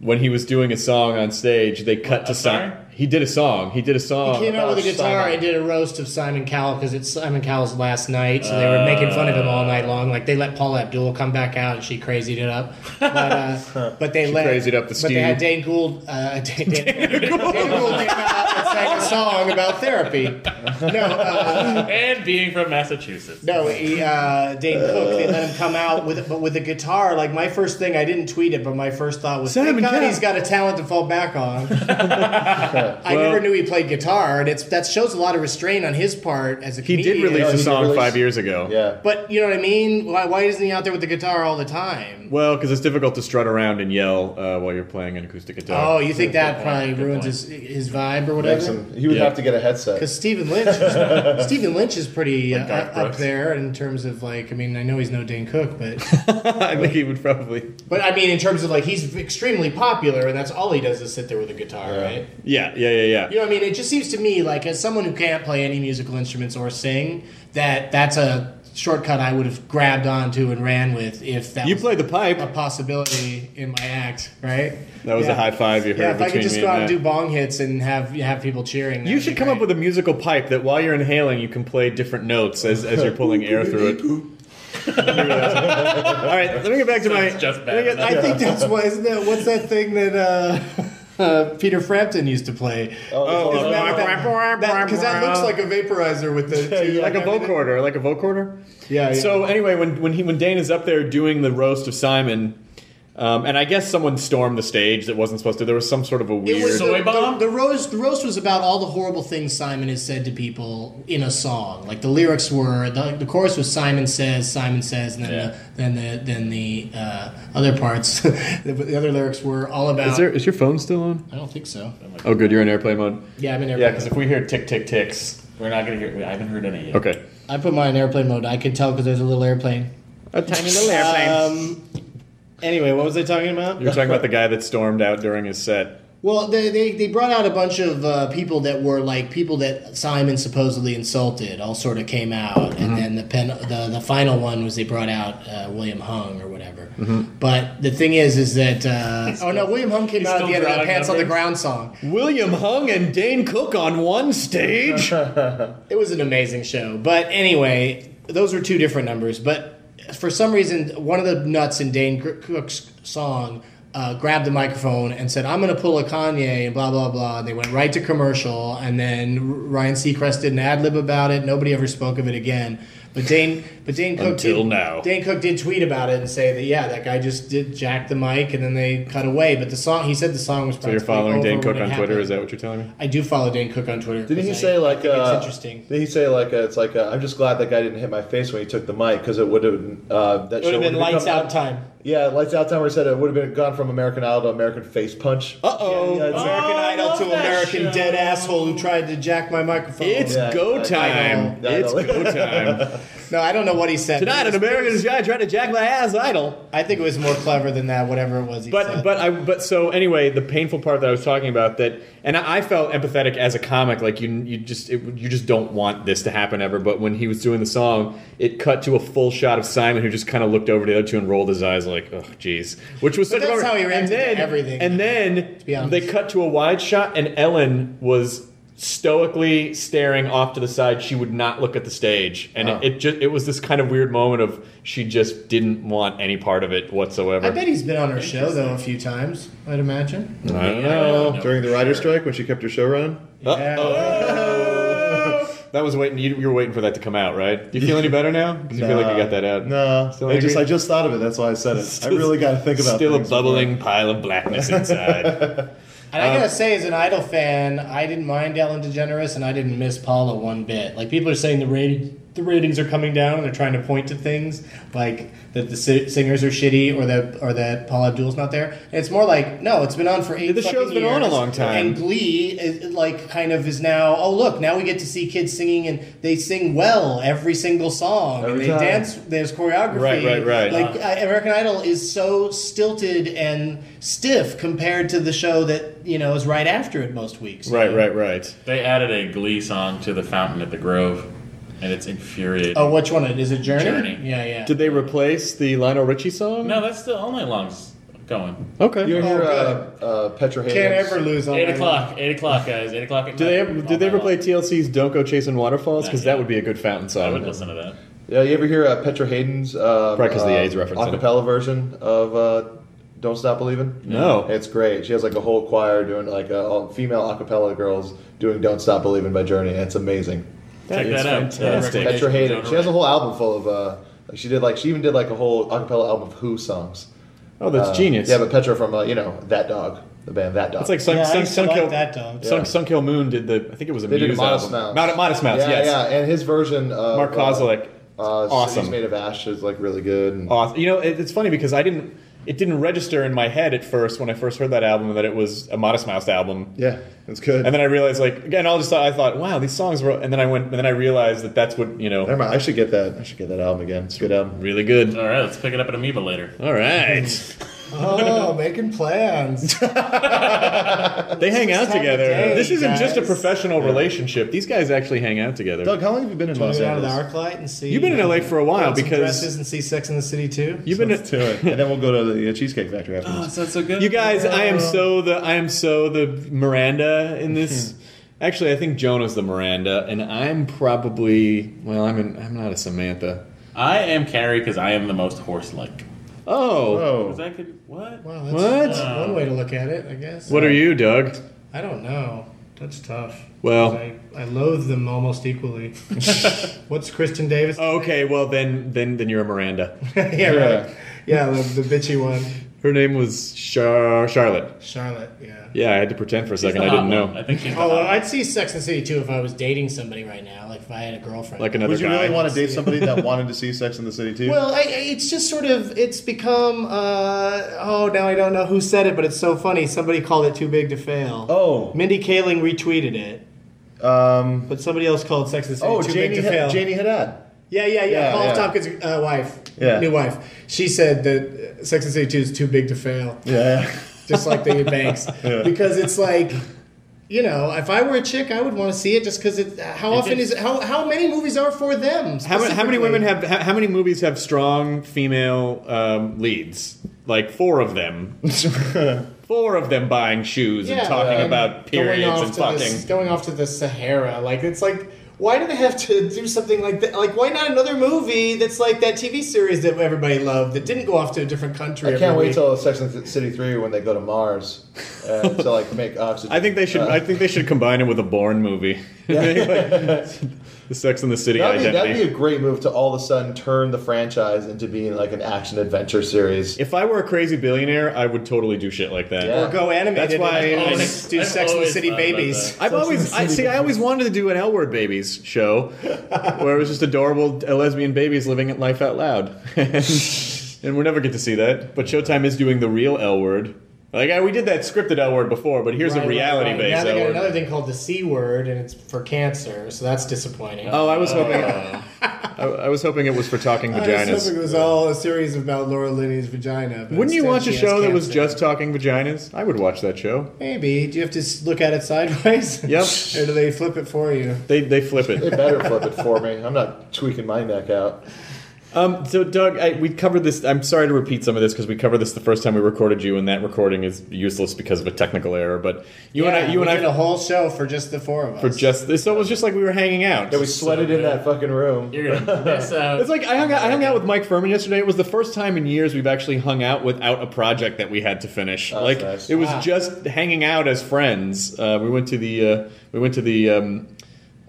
E: when he was doing a song on stage. They cut to
G: sorry?
E: song. He did a song. He did a
H: He
E: song.
H: came out with a
F: Simon.
H: guitar and did a roast of Simon Cowell because it's Simon Cowell's last night, so they were making fun of him all night long. Like they let Paula Abdul come back out and she crazied it up,
E: *laughs*
H: but, uh, but they let
E: crazied up the
H: But
E: stew.
H: they had Dane Gould. Uh, *laughs*
E: *laughs*
H: Dan, Dana Gould. came out and sang a song about therapy. No. Uh,
G: and being from Massachusetts.
H: No, he, uh, Dane Cook. They let him come out with, but with a guitar. Like my first thing, I didn't tweet it, but my first thought was,
E: Simon
H: "Thank God
E: Cowell."
H: he's got a talent to fall back on." *laughs* I
E: Well-
H: never knew he played guitar, and it's that shows a lot of restraint on his part as a
E: He
H: comedian.
E: did release
F: he
E: a
F: did
E: song
F: release-
E: five years ago.
F: Yeah.
H: but you know what I mean? Why, why isn't he out there with the guitar all the time?
E: Well, because it's difficult to strut around and yell uh, while you're playing an acoustic guitar. *laughs*
H: Oh, you think that probably
G: Good
H: ruins
G: point.
H: his his vibe or
F: Makes
H: whatever?
F: him- he would
E: Yeah.
F: have to get a headset.
H: Because Stephen
E: *laughs*
H: Lynch, is, Stephen Lynch is pretty uh,
G: Garth
H: up
G: Brooks.
H: there in terms of like. I mean, I know he's no Dane Cook, but
E: I think he would probably.
H: but I mean in terms of like he's extremely popular, and that's all he does is sit there with a guitar, right?
E: Yeah, yeah, yeah,
H: You
E: yeah.
H: know, what I mean, it just seems to me like as someone who can't play any musical instruments or sing, that that's a shortcut I would have grabbed onto and ran with if that
E: You
H: was
E: played the pipe.
H: a possibility in my act, right?
E: That was
H: Yeah.
E: a high five you heard
H: Yeah, if I
E: between
H: could just
E: me
H: go out
E: and Matt.
H: and do bong hits and have have people cheering.
E: You should come up with a musical pipe that while you're inhaling, you can play different notes as, as you're pulling air through *laughs* it. All right, let me get back to my.
G: Sounds just
E: let me
G: bad.
E: get- I think
H: That's why isn't that what's that thing that uh, *laughs* uh, Peter Frampton used to play?
F: Oh,
H: Because that, that- 'cause that looks like a vaporizer with
G: *laughs*
H: the two,
E: like a
H: I mean,
E: vocorder, like a vocorder.
H: Yeah, yeah.
E: So anyway, when when he when Dane is up there doing the roast of Simon, um, and I guess someone stormed the stage that wasn't supposed to. There was some sort of a weird.
H: It was
G: Soy
H: the,
G: bomb?
H: The, the roast. The roast was about all the horrible things Simon has said to people in a song. Like the lyrics were the, the chorus was Simon says, Simon says, and then
G: Yeah.
H: the, then the then the uh, other parts, *laughs* the, the other lyrics were all about.
E: is there is your phone still on?
H: I don't think so.
E: Oh, good, you're in airplane mode.
H: Yeah, I'm in
E: Yeah,
H: airplane.
E: because
H: mode.
E: if we hear tick tick ticks,
G: We're not gonna hear. I haven't heard any yet.
E: okay,
H: I put mine in airplane mode. I could tell because there's a little airplane.
E: a tiny little airplane.
H: Um, anyway, what was I talking about?
E: you're talking about the guy that stormed out during his set.
H: Well, they, they, they brought out a bunch of uh, people that were like people that Simon supposedly insulted, all sort of came out,
G: Mm-hmm.
H: and then the pen the, the final one was they brought out uh, William Hung or whatever. But the thing is, is that uh, *laughs* oh no, William Hung came
G: Mm-hmm. he's
H: out at the end
G: still
H: of the
G: drawing
H: Pants on the
G: numbers?
H: Ground song.
E: William Hung and Dane Cook on one *laughs* stage.
H: It was an amazing show. But anyway, those were two different numbers. But for some reason, one of the nuts in Dane Gr- Cook's song uh, grabbed the microphone and said, I'm going to pull a Kanye and blah, blah, blah. And they went right to commercial. And then R- Ryan Seacrest did an ad lib about it. Nobody ever spoke of it again. But Dane, but Dane Cook
E: Until
H: did,
E: now.
H: Dane Cook did tweet about it and say that yeah, that guy just did jack the mic and then they cut away. But the song, he said the song was.
E: so you're following Dane Cook on Twitter? Is
H: it?
E: that what you're telling me?
H: I do follow Dane Cook on Twitter.
F: Didn't he
H: 'cause I-
F: say
H: I
F: like?
H: think
F: uh,
H: it's interesting?
F: Didn't he say like? Uh, it's like uh, I'm just glad that guy didn't hit my face when he took the mic because it would have uh, that show would've become-
H: time.
F: Yeah, lights out time. Where he said it would have been gone from American Idol to American Face Punch.
E: Uh oh.
F: Yeah, it's-
H: American Idol
G: love
H: to
G: that
H: American
G: show.
H: dead asshole who tried to jack my microphone.
E: It's
F: Yeah,
E: go
F: I-
E: time.
F: I know. I
E: It's
F: know.
E: go
F: *laughs*
E: time.
H: no, I don't know what he said.
E: Tonight, an American guy tried to jack my ass idol.
H: I think it was more clever than that. Whatever it was. He
E: But
H: said.
E: but I but so anyway, the painful part that I was talking about that, and I, I felt empathetic as a comic. Like you you just it, you just don't want this to happen ever. But when he was doing the song, it cut to a full shot of Simon who just kind of looked over to the other two and rolled his eyes like, oh jeez, which was such a
H: that's
E: bummer.
H: how he
E: And
H: reacted to
E: then-
H: everything.
E: And then
H: be honest.
E: they cut to a wide shot, and Ellen was stoically staring off to the side. She would not look at the stage, and
H: Oh.
E: it, it just it was this kind of weird moment of she just didn't want any part of it whatsoever.
H: I bet he's been on her show though a few times. I'd imagine.
E: I don't know.
F: During the writer's strike when she kept her show running.
E: *laughs* That was waiting. You, you were waiting for that to come out, right? Do you feel any better now? Because you feel like you got that out.
F: No,
E: Still
F: I just
E: angry?
F: I just thought of it. That's why I said it. I really got to think about.
E: Still a
F: things
E: bubbling pile of blackness inside.
H: And
E: Um,
H: I gotta say, as an Idol fan, I didn't mind Ellen DeGeneres, and I didn't miss Paula one bit. Like people are saying, the rating, the ratings are coming down, and they're trying to point to things like that the si- singers are shitty, or that or that Paula Abdul's not there. And it's more like, no, it's been on for eight.
E: The show's
H: fucking
E: been on a
H: years,
E: long time.
H: And Glee, is, like, kind of is now. Oh, look, now we get to see kids singing, and they sing well every single song,
F: Every
H: and they
F: time.
H: dance. There's choreography.
E: Right, right, right.
H: Like uh, American Idol is so stilted and stiff compared to the show that you know is right after it most weeks.
E: *laughs* right, right, right.
G: They added a Glee song to the Fountain at the Grove, and it's infuriating.
H: Oh, which one is it? Journey.
G: Journey.
H: Yeah, yeah.
E: Did they replace the Lionel Richie song?
G: No, that's the only long's going.
E: Okay.
F: You hear
H: Oh,
F: uh, uh, Petra Hayes.
H: Can't ever lose. all
G: Eight
H: night
G: o'clock. Eight o'clock, guys. Eight o'clock. At
E: Do they
G: night.
E: ever,
G: All
E: did they
G: night
E: ever play
G: long.
E: TLC's "Don't Go Chasing Waterfalls"?
G: Not
E: Because
G: yet.
E: that would be a good fountain
G: I
E: song.
G: would listen to that.
F: Yeah, you ever hear uh, Petra Hayden's uh,
E: Right, 'cause the
F: uh,
E: AIDS reference in it.
F: acapella version of uh, "Don't Stop Believin'"?
E: No.
F: it's great. She has like a whole choir doing like uh, all female acapella girls doing "Don't Stop Believin'" by Journey. It's amazing.
G: Check
E: is
G: that out.
E: fantastic.
F: Petra Hayden. She has a whole album full of. Uh, like she did like she even did like a whole acapella album of Who songs.
E: Oh, that's
F: Uh,
E: genius.
F: Yeah, but Petra from uh, you know that dog. the band That Dog.
E: It's like Sun,
I: Yeah, I
E: Sun,
I: used to
E: Sun
I: like
E: Kill,
I: that dog.
E: Sun,
F: Yeah.
E: Sunkill Moon did the. I think it was a
F: They did
E: Muse
F: Modest
E: album.
F: Mouse.
E: Mod- Modest Mouse.
F: yeah,
E: yes.
F: yeah, and his version of
E: Mark Kozalek.
F: uh,
E: awesome.
F: Cities Made of Ash is like really good. And,
E: Awesome. You know, it, it's funny because I didn't. It didn't register in my head at first when I first heard that album that it was a Modest Mouse album.
F: Yeah, it's good.
E: And then I realized, like, again, I just thought, I thought, wow, these songs were. And then I went, and then I realized that that's what you know,
F: Never mind, I should get that. I should get that album again. It's a good album.
E: really good.
G: All right, let's pick it up at Amoeba later.
E: All
F: *laughs*
E: right, *laughs*
H: Oh, making plans.
E: they hang out
H: Time of
E: together.
H: day,
E: this isn't just a
H: guys.
E: professional relationship. These guys actually hang out together.
F: Doug, how long have you been in
H: Want
F: Los
H: to go down to the
F: Angeles?
H: ArcLight and see?
E: You've been in LA for a while
H: Put on some
E: because-
H: dresses and see Sex in the City too.
E: You've been
F: Let's do it, and then we'll go to the uh, Cheesecake Factory
E: Oh,
F: afterwards.
G: sounds so
E: *laughs*
G: good.
E: You guys, I am so the I am so the Miranda in
F: Hmm.
E: this. Actually, I think Jonah's the Miranda, and I'm probably well. I'm an, I'm not a Samantha.
G: I am Carrie because I am the most horse-like.
E: Oh,
F: Oh,
G: 'Cause I could what?
H: Wow, that's
E: What?
H: one way to look at it, I guess.
E: what are you, Doug?
H: I don't know. That's tough.
E: Well-
H: I, I loathe them
E: *laughs*
H: almost equally. What's Kristen Davis?
E: Okay, well then then then you're a Miranda.
H: *laughs* yeah, right. Yeah, the, the bitchy one.
E: *laughs* Her name was Char- Charlotte.
H: Charlotte, yeah.
E: Yeah, I had to pretend for a
G: She's
E: second.
G: the
E: I
G: hot
E: didn't
G: one. I
E: know.
G: think she's the
I: Oh,
F: Uh-huh.
I: well,
G: hot
I: I'd see Sex and the City too if I was dating somebody right now, like if I had a girlfriend.
E: Like another
F: would you
E: guy.
F: really want to date somebody that wanted to see Sex in the City too?
H: Well, I, I- it's just sort of it's become. Uh, oh, now I don't know who said it, but it's so funny. Somebody called it too big to fail.
F: Oh.
H: Mindy Kaling retweeted it,
F: um,
H: but somebody else called Sex and the City
F: oh,
H: too
F: Janie,
H: big to fail.
F: Had- Janie Haddad.
H: Yeah, yeah, yeah.
F: Yeah,
H: Paul
F: yeah.
H: Tompkins' uh, wife,
F: Yeah.
H: new wife. She said that uh, Sex and the City 2 is too big to fail,
F: Yeah.
H: just like
E: *laughs*
H: they did Banks. Because it's like, you know, if I were a chick, I would want to see it just because it. How often is it? How, how many movies are for them?
E: How, many- how many
H: specifically?
E: women have how, how many movies have strong female um, leads? Like four of *laughs* them. four of them buying shoes and
H: Yeah,
E: talking
H: and
E: about periods
H: off
E: and
H: to the-
E: fucking.
H: going off to the Sahara. Like, it's like. Why do they have to do something like that? Like, why not another movie that's like that TV series that everybody loved that didn't go off to a different
F: I
H: country? every
F: can't wait
H: week?
F: till Sex and the City three when they go to Mars uh, to like make oxygen.
E: I think they should.
F: Uh,
E: I think they should combine it with a Bourne movie. *laughs* Like, the Sex and the City
F: That'd be, that'd
E: identity.
F: be a great move to all of a sudden turn the franchise into being like an action adventure series.
E: if I were a crazy billionaire, I I would totally do shit like that.
F: Yeah.
H: Or go animated.
E: That's why
H: and
E: I-
H: always do
G: I've
H: Sex and the
G: always
H: City
G: thought about
H: babies.
E: I've always I, see. I always wanted to do an L Word Babies show, where it was just adorable *laughs* uh, lesbian babies living life out loud, *laughs* and we'll never get to see that. But Showtime is doing the real L Word. Like I, we did that scripted L Word before, but here's
I: Right, right,
E: a
I: right.
E: reality
I: Now
E: based
I: they
E: L
I: got
E: Word.
I: another thing called the C word, and it's for cancer, so that's disappointing.
E: oh, I was hoping. *laughs* I, I was hoping it was for talking
H: *laughs* I was
E: vaginas.
H: hoping it was all a series about Laura Linney's vagina. But
E: Wouldn't you
H: instead
E: watch a
H: she has
E: show that was
H: cancer.
E: just talking vaginas? I would watch that show.
H: maybe? Do you have to s- look at it
E: *laughs*
H: sideways?
E: Yep.
H: *laughs* or do they flip it for you?
E: They they flip it.
F: *laughs* They better flip it for me. I'm not tweaking my neck out.
E: Um, so, Doug, I, we covered this. I'm sorry to repeat some of this because we covered this the first time we recorded you, and that recording is useless because of a technical error. But you and I, you
H: we
E: and
H: did a
E: I,
H: whole show for just the four of us.
E: for just this, so it was just like we were hanging out.
F: Yeah, we sweated in that fucking room.
G: You're gonna miss out.
E: *laughs* It's like I hung out, I hung out with Mike Furman yesterday. It was the first time in years we've actually hung out without a project that we had to finish. like
F: nice.
E: it was just hanging out as friends. Uh, we went to the uh, we went to the. Um,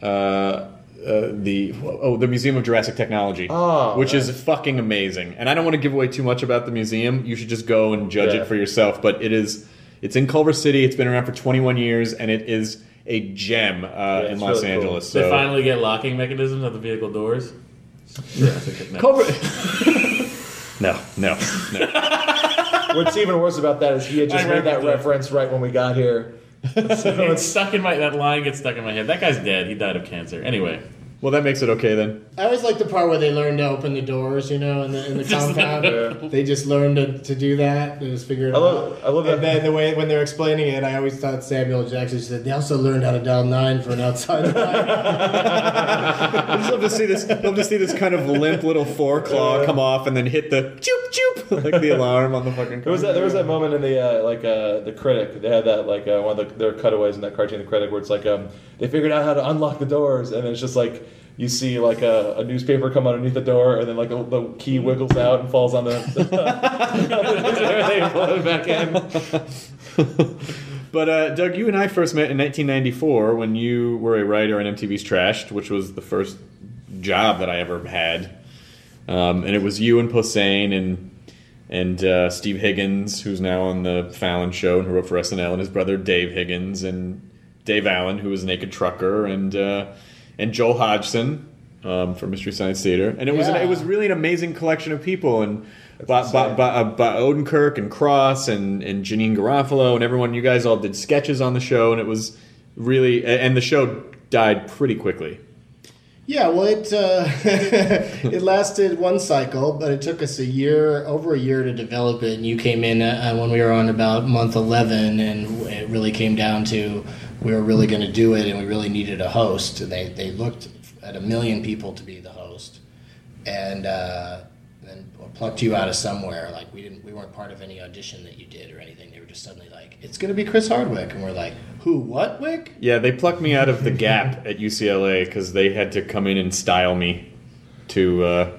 E: uh, uh, the oh the Museum of Jurassic Technology,
F: Oh,
E: which is fucking amazing, and I don't want to give away too much about the museum. You should just go and judge
F: Yeah.
E: it for yourself. But it is, it's in Culver City. It's been around for 21 years, and it is a gem uh, in
F: it's
E: Los
F: really cool.
E: Angeles.
G: they
E: So
G: finally get locking mechanisms on the vehicle doors.
E: Culver. no, no, no.
F: What's even worse about that is he had just
G: I
F: made
G: remember
F: that
G: that.
F: reference right when we got here.
E: *laughs*
F: So
G: *laughs* It's
F: it's-
G: stuck in my that line gets stuck in my head. That guy's dead. He died of cancer. Anyway,
E: Well, that makes it okay then.
I: I always like the part where they learn to open the doors, you know, in the,
H: *laughs*
I: in the compound. They just learn to, to do that. They just figure it
F: I love,
I: out.
F: I love that.
I: And then the way when they're explaining it, I always thought Samuel Jackson said they also learned how to dial nine for an outside *laughs* line.
E: I just love to see this. Love to see this kind of limp little four claw come off and then hit the choop choop like the alarm on the fucking.
F: There was that. There was that moment in the uh, like uh, the critic. They had that like uh, one of the, their cutaways in that cartoon, the critic, where it's like um, they figured out how to unlock the doors, and it's just like you see like a, a newspaper come underneath the door, and then like a, the key wiggles out and falls on the. *laughs* they blow it back in.
E: But uh, Doug, you and I first met in 1994 when you were a writer on MTV's Trashed, which was the first job that I ever had, um, and it was you and Posehn and and uh, Steve Higgins, who's now on the Fallon Show and who wrote for SNL, and his brother Dave Higgins and Dave Allen, who was Naked Trucker, and uh, and Joel Hodgson um, from Mystery Science Theater, and it was an,
H: Yeah.
E: it was really an amazing collection of people and. By, by, by, uh, by Odenkirk and Cross and, and Janine Garofalo and everyone, you guys all did sketches on the show, and it was really. a- And the show died pretty quickly.
H: Yeah, well, it uh, *laughs* it lasted one cycle, but it took us a year, over a year, to develop it. And you came in uh, when we were on about month eleven, and it really came down to we were really going to do it, and we really needed a host. And they they looked at a million people to be the host, and uh, then plucked you out of somewhere. Like we didn't, we weren't part of any audition that you did or anything. They were just suddenly like, it's going to be Chris Hardwick, and we're like, who? What? Wick?
E: Yeah, they plucked me out of the gap at UCLA because they had to come in and style me. To uh,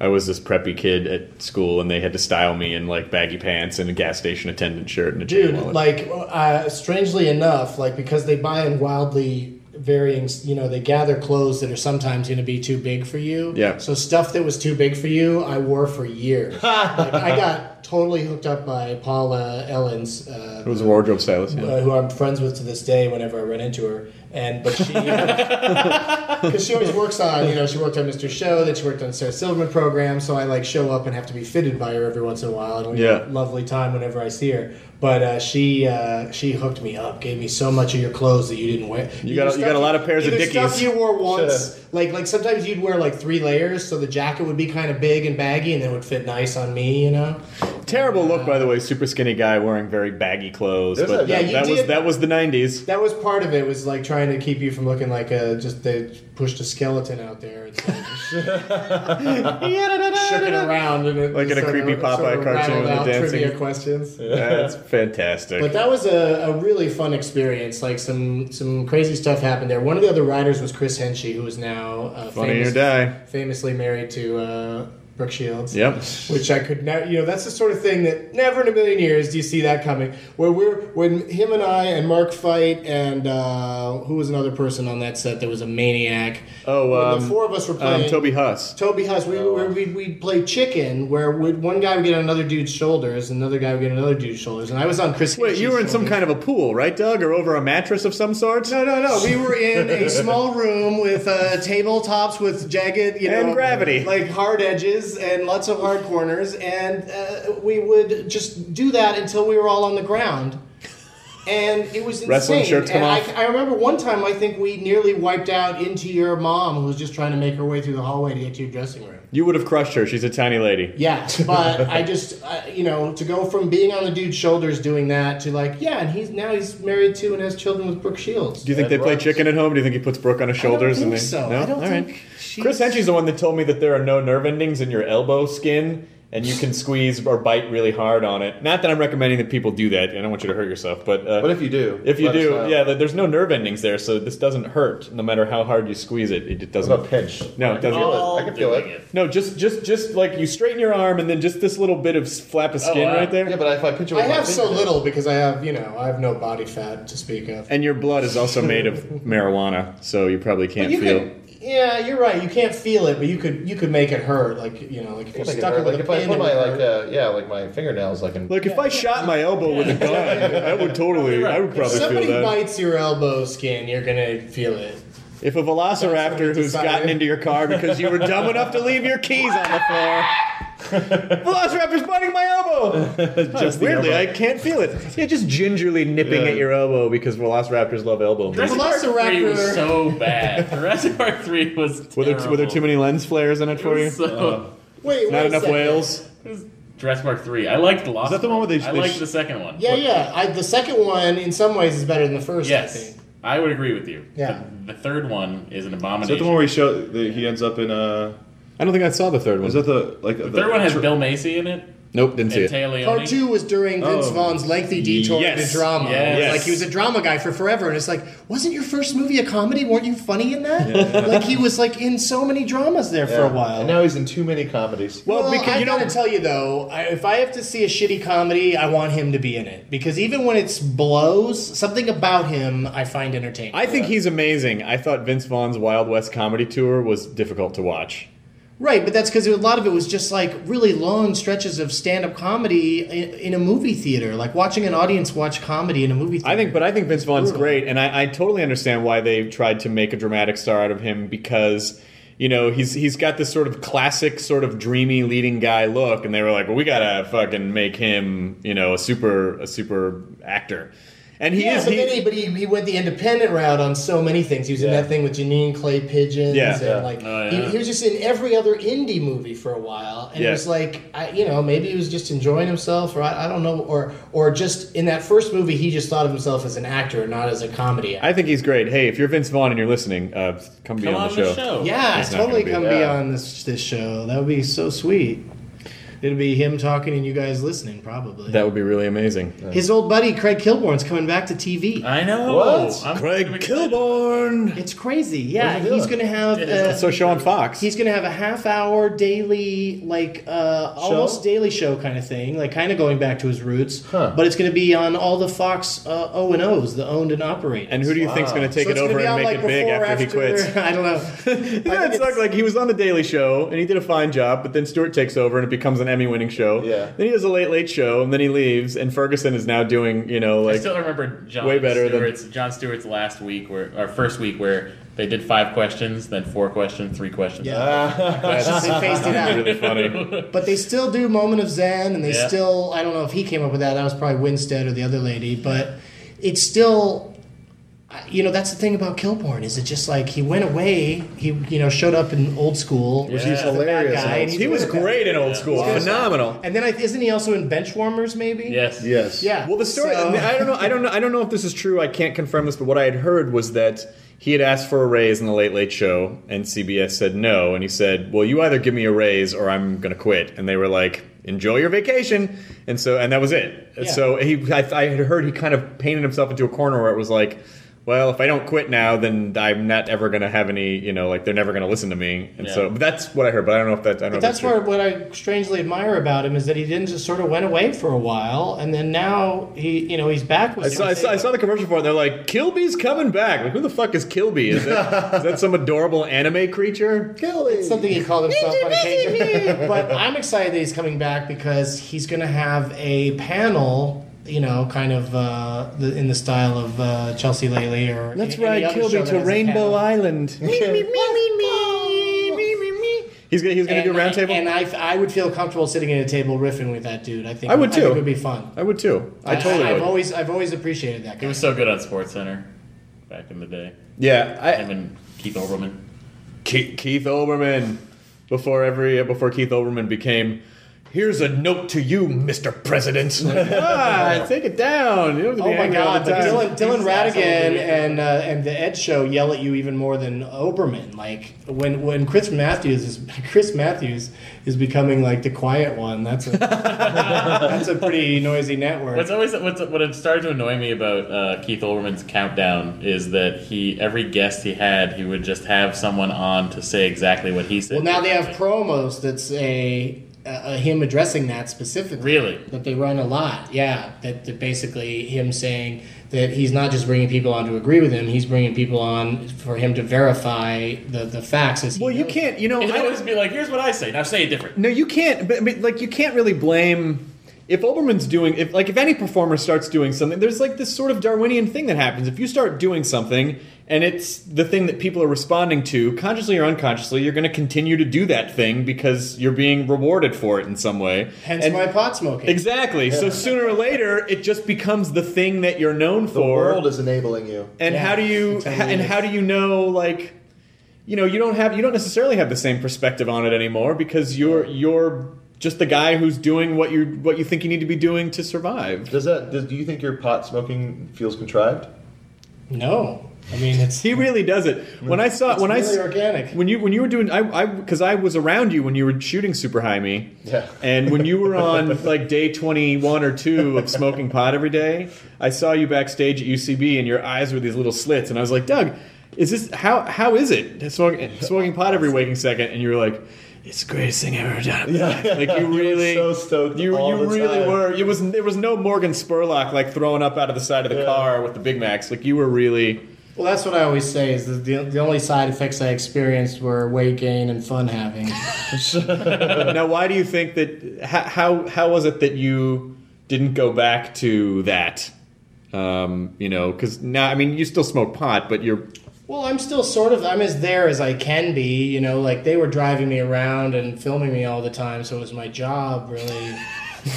E: I was this preppy kid at school, and they had to style me in like baggy pants and a gas station attendant shirt and a chain
H: Dude,
E: wallet.
H: like uh, strangely enough like because they buy in wildly varying you know they gather clothes that are sometimes going to be too big for you
E: Yeah.
H: so stuff that was too big for you i wore
E: *laughs*
H: for years like, i got totally hooked up by paula ellen's uh,
E: it was a wardrobe stylist. Yeah.
H: uh, who I'm friends with to this day. Whenever I run into her, and but she, *laughs* because she always works on, you know, she worked on Mr. Show, then she worked on Sarah Silverman program. So I like show up and have to be fitted by her every once in a while, and we
E: Yeah.
H: have a lovely time whenever I see her. But uh, she uh, she hooked me up, gave me so much of your clothes that you didn't wear.
E: You got a-
H: Either
E: you got a lot of pairs of
H: either
E: Dickies.
H: Stuff you wore once, like like sometimes you'd wear like three layers, so the jacket would be kind of big and baggy, and then would fit nice on me, you know.
E: Terrible look, by the way. Super skinny guy wearing very baggy clothes.
F: There's
E: but
F: a-
E: that,
H: Yeah, you
E: that was
H: did-
E: that was the
F: *laughs*
E: '90s.
H: That was part of it. Was like trying to keep you from looking like a just they pushed a skeleton out there
E: *laughs*
H: and like, *laughs* shook it around and it
E: Like in a
H: sorta-
E: creepy Popeye
H: sorta
E: cartoon
H: rattled
E: with the
H: out
E: dancing-
H: trivia questions.
E: That's fantastic.
H: But that was a, a really fun experience. Like some some crazy stuff happened there. One of the other writers was Chris Henchy, who is now uh,
E: Funny or
H: famous-
E: die.
H: famously married to uh, Brooke Shields
E: Yep.
H: which I could never, you know, that's the sort of thing that never in a million years do you see that coming. Where we're, when him and I and Mark fight and uh, who was another person on that set that was a maniac?
E: Oh,
H: When
E: um,
H: the four of us were playing.
E: Um, Toby Oh, Huss.
H: Toby Huss, we, where we'd, we'd play chicken, where we'd, one guy would get on another dude's shoulders, another guy would get on another dude's shoulders, and I was on Chris.
E: Wait, you were in some kind of a pool, right, Doug, or over a mattress of some sort? No, no,
H: No, we were
E: *laughs*
H: in a small room with uh, tabletops with jagged, you know,
E: And gravity.
H: like hard edges and lots of hard corners, and uh, we would just do that until we were all on the ground. And it was insane.
E: Wrestling shirts come
H: and I,
E: off.
H: I remember one time I think we nearly wiped out into your mom, who was just trying to make her way through the hallway to get to your dressing room.
E: You would have crushed her. She's a tiny lady.
H: Yeah,
E: *laughs*
H: but I just I, you know to go from being on the dude's shoulders doing that to like yeah, and he's now he's married to and has children with Brooke Shields.
E: Do you think
F: That
E: they play
F: works.
E: chicken at home? Do you think he puts Brooke on his shoulders?
H: think
E: and they,
H: so. I don't
E: All right.
H: think she's-
E: Chris Henchy's the one that told me that there are no nerve endings in your elbow skin, and you can squeeze or bite really hard on it. Not that I'm recommending that people do that. I don't want you to hurt yourself, but uh,
F: What if you do?
E: If you
F: Let us
E: do,
F: know.
E: yeah, there- there's no nerve endings there, so this doesn't hurt. No matter how hard you squeeze it, it, it doesn't.
F: What about Oh. pinch?
E: No, it
F: I can
E: doesn't.
F: feel
G: All
F: it. I can feel
G: doing
F: it.
E: No, just just just like you straighten your arm, and then just this little bit of s- flap of skin
G: wow.
E: right there,
F: Oh, Yeah, but if I pinch it with
H: I
F: my
H: have so
F: fingernail-
H: little because I have, you know, I have no body fat to speak of.
E: and your blood is also made
F: *laughs*
E: of marijuana, so you probably can't
H: You
E: feel.
H: could, yeah, you're right. You can't feel it, but you could you could make it hurt. Like you know, like if
F: I
H: you're
F: can
H: stuck
F: hurt-
H: with
F: Like
H: a
F: if I
H: pin
F: put
H: in
F: my
H: your-
F: like uh, yeah like my fingernails, I can.
E: Like if I shot my elbow with a gun, I would totally, I would probably feel
H: somebody
E: that.
H: bites your elbow skin, you're gonna feel it.
E: If a velociraptor who's
H: decided.
E: gotten into your car because you were dumb enough to leave your keys on the floor. Velociraptor's biting my elbow. just weirdly, I can't feel it. Yeah, just gingerly nipping
F: Yeah.
E: at your elbow because velociraptors love elbow. meat.
G: Jurassic Park Three was
H: Velociraptor.
G: so bad. Jurassic Park Three was.
E: Were there, were there too many lens flares in it for you? Oh,
G: terrible. So,
H: Wait, wait
E: Not
H: a
E: enough
H: second.
E: whales.
G: it was Jurassic Park Three. I liked Lost.
E: that the one where they-
G: I
E: they
G: liked
E: sh-
G: the second one.
H: Yeah, yeah. I, the second one, in some ways, is better than the first. I
G: Yes,
H: think.
G: I would agree with you.
H: Yeah.
G: The, the third one is an
F: Is
G: abomination.
F: that the one where he show that he ends up in uh?
E: I don't think I saw the third one.
F: Is that the like the,
G: the third one has Bill Macy in it
E: nope, didn't see
G: and
E: it.
G: Tay Leone.
H: Part two was during Vince
F: Oh.
H: Vaughn's lengthy detour
E: Yes.
H: into drama.
G: Yes.
H: Like he was a drama guy for forever, and it's like, wasn't your first movie a comedy? Weren't you funny in that? like he was like in so many dramas there for a while.
F: And now he's in too many comedies.
H: well,
E: Well, because
H: I
E: you know,
H: gotta tell you though, I, if I have to see a shitty comedy, I want him to be in it because even when it's blows, something about him I find entertaining.
E: I think he's amazing. I thought Vince Vaughn's Wild West comedy tour was difficult to watch.
H: Right, but that's because a lot of it was just like really long stretches of stand-up comedy in, in a movie theater, like watching an audience watch comedy in a movie. theater.
E: I think, but I think Vince Vaughn's great, and I, I totally understand why they tried to make a dramatic star out of him because, you know, he's he's got this sort of classic, sort of dreamy leading guy look, and they were like, well, we gotta fucking make him, you know, a super a super actor, and he
H: yeah,
E: is.
H: but
E: he-
H: then he, but he, he went the independent route on so many things. He was in
F: Yeah.
H: that thing with Janine Clay Pigeons,
E: Yeah.
H: and
E: Yeah.
H: like
G: Oh,
H: he-
G: yeah.
H: he, was just in every other indie movie for a while, and
E: Yeah.
H: it was like I, you know, maybe he was just enjoying himself, or I, I don't know, or or just in that first movie, he just thought of himself as an actor, not as a comedy actor.
E: I think he's great. Hey, if you're Vince Vaughn and you're listening, uh, come be
G: Come
E: on,
G: on the show.
H: yeah,
E: He's not
H: totally
E: gonna
H: come
E: be-
H: be
F: yeah.
H: on this this show. That would be so sweet. It'd be him talking and you guys listening, probably.
E: That would be really amazing.
H: His old buddy Craig Kilborn's coming back to TV.
G: I know.
F: What?
G: I'm-
E: Craig
G: I'm excited.
E: Kilborn.
H: It's crazy. Yeah,
F: What's he
H: he's
F: doing?
H: gonna have. Uh,
E: So show on Fox.
H: He's gonna have a half hour daily, like uh, almost daily show kind of thing, like kind of going back to his roots.
F: Huh.
H: But it's gonna be on all the Fox uh, O and O's, the owned and operated.
E: and who do you think's going to take it over and make it big after, he quits?
H: *laughs* I don't know.
E: *laughs* Yeah, it's like, like he was on the Daily Show and he did a fine job, but then Stewart takes over and it becomes an Emmy-winning show.
F: Yeah.
E: Then he does a Late Late Show and then he leaves, and Ferguson is now doing you know
G: I
E: like
G: still remember John
E: way better than-
G: Stewart's John Stewart's last week where or first week where they did five questions, then four questions, three questions.
H: Yeah.
E: that's
H: They phased it out.
E: really
H: *laughs*
E: funny.
H: But they still do Moment of Zen, and they
G: Yeah.
H: still, I don't know if he came up with that. That was probably Winstead or the other lady. But it's still, I- you know, that's the thing about Kilborn is it just like he went away. He, you know, showed up in old school. Which
F: he's hilarious in Old
E: He was great in Old School, phenomenal.
H: And then I, isn't he also in Benchwarmers, maybe?
G: Yes.
F: Yes.
H: Yeah.
E: Well, the story
H: so-
E: I don't know I don't know I don't know if this is true. I can't confirm this, but what I had heard was that he had asked for a raise in the Late Late Show, and CBS said no, and he said, "Well, you either give me a raise or I'm going to quit." And they were like, "Enjoy your vacation," and so and that was it. And
H: Yeah.
E: So he I, I had heard he kind of painted himself into a corner where it was like. Well, if I don't quit now, then I'm not ever going to have any, you know, like they're never going to listen to me, and
G: Yeah.
E: so but that's what I heard. But I don't know if that. I don't know
H: But
E: if
H: that's
E: true.
H: what, what I strangely admire about him is that he didn't just sort of went away for a while, and then now he, you know, he's back with.
E: I saw, I, saw, I
H: something.
E: saw the commercial for it. And they're like, "Kilby's coming back." Like, who the fuck is Kilby? *laughs* Is that, is that some adorable anime creature?
H: It's something he called himself on occasion. but I'm excited that he's coming back because he's going to have a panel, you know, kind of uh, the, in the style of uh, Chelsea Lately or
E: Let's
H: any- any
E: ride
H: other show
E: Kilby
H: that
E: to
H: has a
E: Rainbow
H: panel.
E: Island. me, me, me, me, me, me, me, me. He's gonna he's gonna
H: And,
E: do a roundtable.
H: I, and I, I would feel comfortable sitting at a table riffing with that dude. I think
E: I would
H: think
E: too.
H: it would be fun.
E: I would too. I totally
H: I've
E: would.
H: always I've always appreciated that
G: He
H: guy.
G: was so good on Sports Center back in the day.
E: yeah, I,
G: Him and Keith Olbermann.
E: Ke- Keith Olbermann. Before every uh, before Keith Olbermann became. Here's a note to you, Mr. President. Like, *laughs* ah, take it down. You don't have to be
H: Oh my
E: angry all
H: God!
E: the
H: But
E: time.
H: Dylan, Dylan
G: He's absolutely
H: Radigan
G: amazing.
H: and uh, and the Ed Show yell at you even more than Oberman. Like when when Chris Matthews is *laughs* Chris Matthews is becoming like the quiet one. That's a *laughs* that's a pretty noisy network.
G: What's always what's, what had started to annoy me about uh, Keith Olbermann's countdown is that he every guest he had he would just have someone on to say exactly what he said.
H: well, now they have promos that say uh, him addressing that specifically.
G: Really?
H: That they run a lot. Yeah. That, that basically him saying that he's not just bringing people on to agree with him. He's bringing people on for him to verify the the facts. As he
E: well, you
H: knows
E: can't. You know,
G: *laughs* He'd
E: I
G: always be like, "Here's what I say. Now say it different."
E: No, you can't. But I mean, like, you can't really blame if Olbermann's doing if like if any performer starts doing something. There's like this sort of Darwinian thing that happens. If you start doing something and it's the thing that people are responding to, consciously or unconsciously, you're going to continue to do that thing because you're being rewarded for it in some way.
H: Hence
E: And-
H: my pot smoking.
E: Exactly. So sooner or later, it just becomes the thing that you're known
F: The
E: for
F: world is enabling you.
E: and
H: Yeah,
E: how do you
H: it totally
E: ha- and
H: is.
E: how do you know like you know you don't have you don't necessarily have the same perspective on it anymore because you're you're just the guy who's doing what you what you think you need to be doing to survive
F: Does that? Does, do you think your pot smoking feels contrived?
H: No, I mean it's
E: he really does it when i saw when i
H: really
E: s-
H: organic.
E: when you when you were doing i i because i was around you when you were shooting super high me
F: Yeah.
E: and when you were
F: *laughs*
E: on like day 21 or 2 of smoking pot every day i saw you backstage at ucb and your eyes were these little slits and i was like doug is this how how is it smoking, smoking pot every waking second and you were like it's the greatest thing I've ever done. Yeah, like
F: *laughs*
E: you
F: You were
E: really,
F: so stoked
E: You,
F: all
E: you
F: the
E: really
F: time.
E: were. It was there was no Morgan Spurlock like thrown up out of the side of the car with the Big Macs. Like you were really
H: Well, that's what I always say is that the, the only side effects I experienced were weight gain and fun having.
E: now, why do you think that? How, how how was it that you didn't go back to that? Um, you know, because now I mean, you still smoke pot, but you're
H: well, I'm still sort of I'm as there as I can be, you know, like they were driving me around and filming me all the time, so it was my job really,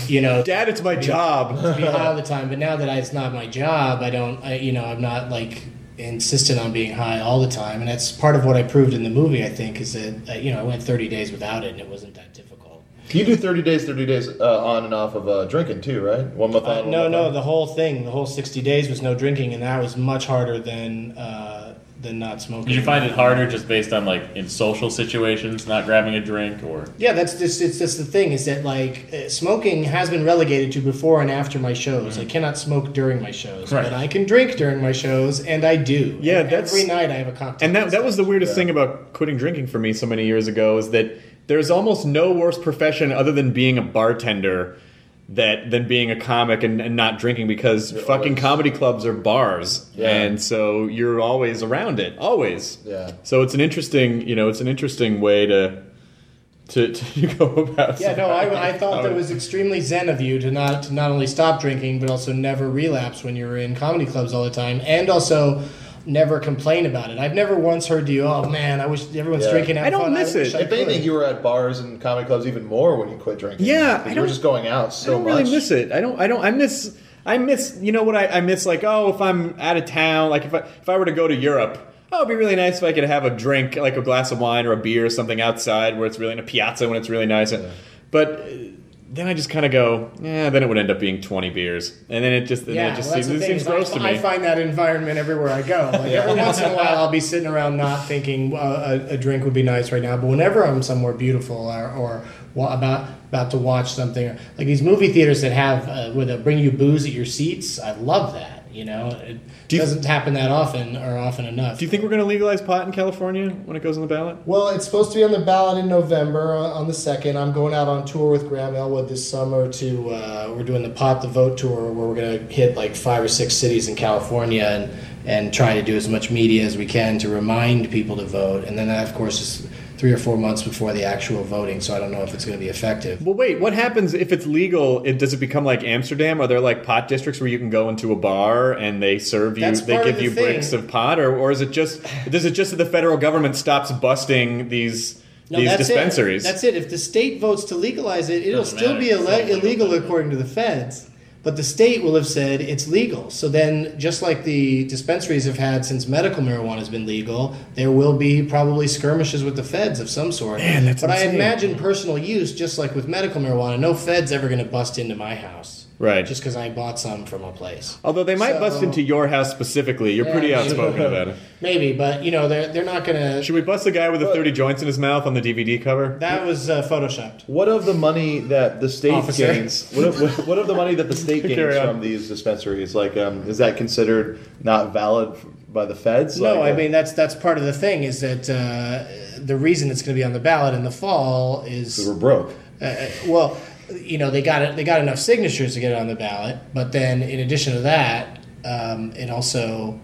H: you know, to
E: dad. It's my job.
H: be high all the time, but now that I, it's not my job, I don't I, you know, I'm not like insistent on being high all the time, and that's part of what I proved in the movie, I think, is that uh, you know, I went 30 days without it and it wasn't that difficult.
F: You do 30 days, 30 days uh, on and off of uh, drinking too, right? One month on,
H: Uh,
F: one
H: no,
F: month
H: no,
F: off.
H: the whole thing, the whole 60 days was no drinking, and that was much harder than uh, than not smoking.
G: Did you find it harder just based on like in social situations not grabbing a drink or?
H: Yeah, that's just it's just the thing is that like uh, smoking has been relegated to before and after my shows.
E: Mm-hmm.
H: I cannot smoke during my shows,
G: Right.
H: but I can drink during my shows, and I do.
E: Yeah,
H: And
E: that's-
H: every night I have a cocktail.
E: And that that was the weirdest thing about quitting drinking for me so many years ago is that there's almost no worse profession other than being a bartender that than being a comic and, and not drinking because fucking
F: always-
E: comedy clubs are bars
F: Yeah.
E: and so you're always around it always
F: Yeah.
E: so it's an interesting you know it's an interesting way to to, to *laughs* go about
H: Yeah, no, I, I thought that was extremely zen of you to not to not only stop drinking but also never relapse when you're in comedy clubs all the time, and also never complain about it. I've never once heard you, oh man, I wish everyone's
F: Yeah.
H: drinking. Have
E: I don't
H: fun.
E: miss
H: wish
E: it.
H: I
F: If anything,
H: could."
F: you were at bars and comedy clubs even more when you quit drinking.
E: Yeah, I
F: you were
E: don't-
F: just going out so
E: I don't
F: much.
E: really miss it. I don't. I don't. I miss. I miss. You know what? I, I miss like oh, if I'm out of town, like if I if I were to go to Europe, oh, it'd be really nice if I could have a drink, like a glass of wine or a beer or something outside where it's really in a piazza when it's really nice. And, But uh, then I just kind of go, yeah. Then it would end up being twenty beers, and then it just, and then
H: Yeah,
E: it just
H: well, that's
E: seems,
H: the
E: it
H: thing
E: seems
H: is
E: gross
H: I,
E: to me.
H: I find that environment everywhere I go. Like every once
E: *laughs*
H: in a while, I'll be sitting around not thinking uh, a, a drink would be nice right now. But whenever I'm somewhere beautiful or, or wa- about about to watch something, like these movie theaters that have uh, where they bring you booze at your seats, I love that. You know, it
E: Do you-
H: doesn't happen that often or often enough.
E: Do you think we're going to legalize pot in California when it goes on the ballot?
J: Well, it's supposed to be on the ballot in November uh, on the second. I'm going out on tour with Graham Elwood this summer to
H: to uh, we're doing the pot the vote tour where we're going to hit like five or six cities in california and and try to do as much media as we can to remind people to vote and then that of course is three or four months before the actual voting so i don't know if it's going to be effective
E: Well, wait. What happens if it's legal? It does it become like Amsterdam? Are there like pot districts where you can go into a bar and they serve you?
H: That's
E: they
H: part of
E: give
H: the
E: you
H: thing.
E: bricks of pot, or, or is it just? Does it just that the federal government stops busting these these dispensaries?
H: It. That's it. If the state votes to legalize it, it'll
G: Doesn't
H: still
G: matter.
H: be ele-
G: It's illegal.
H: illegal according to the feds. But the state will have said it's legal. So then, just like the dispensaries have had since medical marijuana has been legal, there will be probably skirmishes with the feds of some sort.
E: that's
H: but I
E: insane.
H: imagine personal use, just like with medical marijuana, no feds ever going to bust into my house.
E: Right.
H: Just because I bought some from a place.
E: Although they might bust
H: So-
E: into your house specifically. You're pretty
H: Yeah.
E: outspoken about
H: *laughs*
E: it.
H: Maybe, but you know, they're, they're not going to.
E: Should we bust the guy with the thirty joints in his mouth on the DVD cover?
H: That was uh, photoshopped.
F: What of the money that the state
H: Officer.
F: gains? What of, what, what of the money that the state gains
E: Carry on.
F: from these dispensaries? Like, um, is that considered not valid f- by the feds?
H: No,
F: Like,
H: I
F: uh,
H: mean that's that's part of the thing is that uh, the reason it's going to be on the ballot in the fall is
F: we're broke.
H: uh, well, you know they got it, they got enough signatures to get it on the ballot, but then in addition to that, um, it also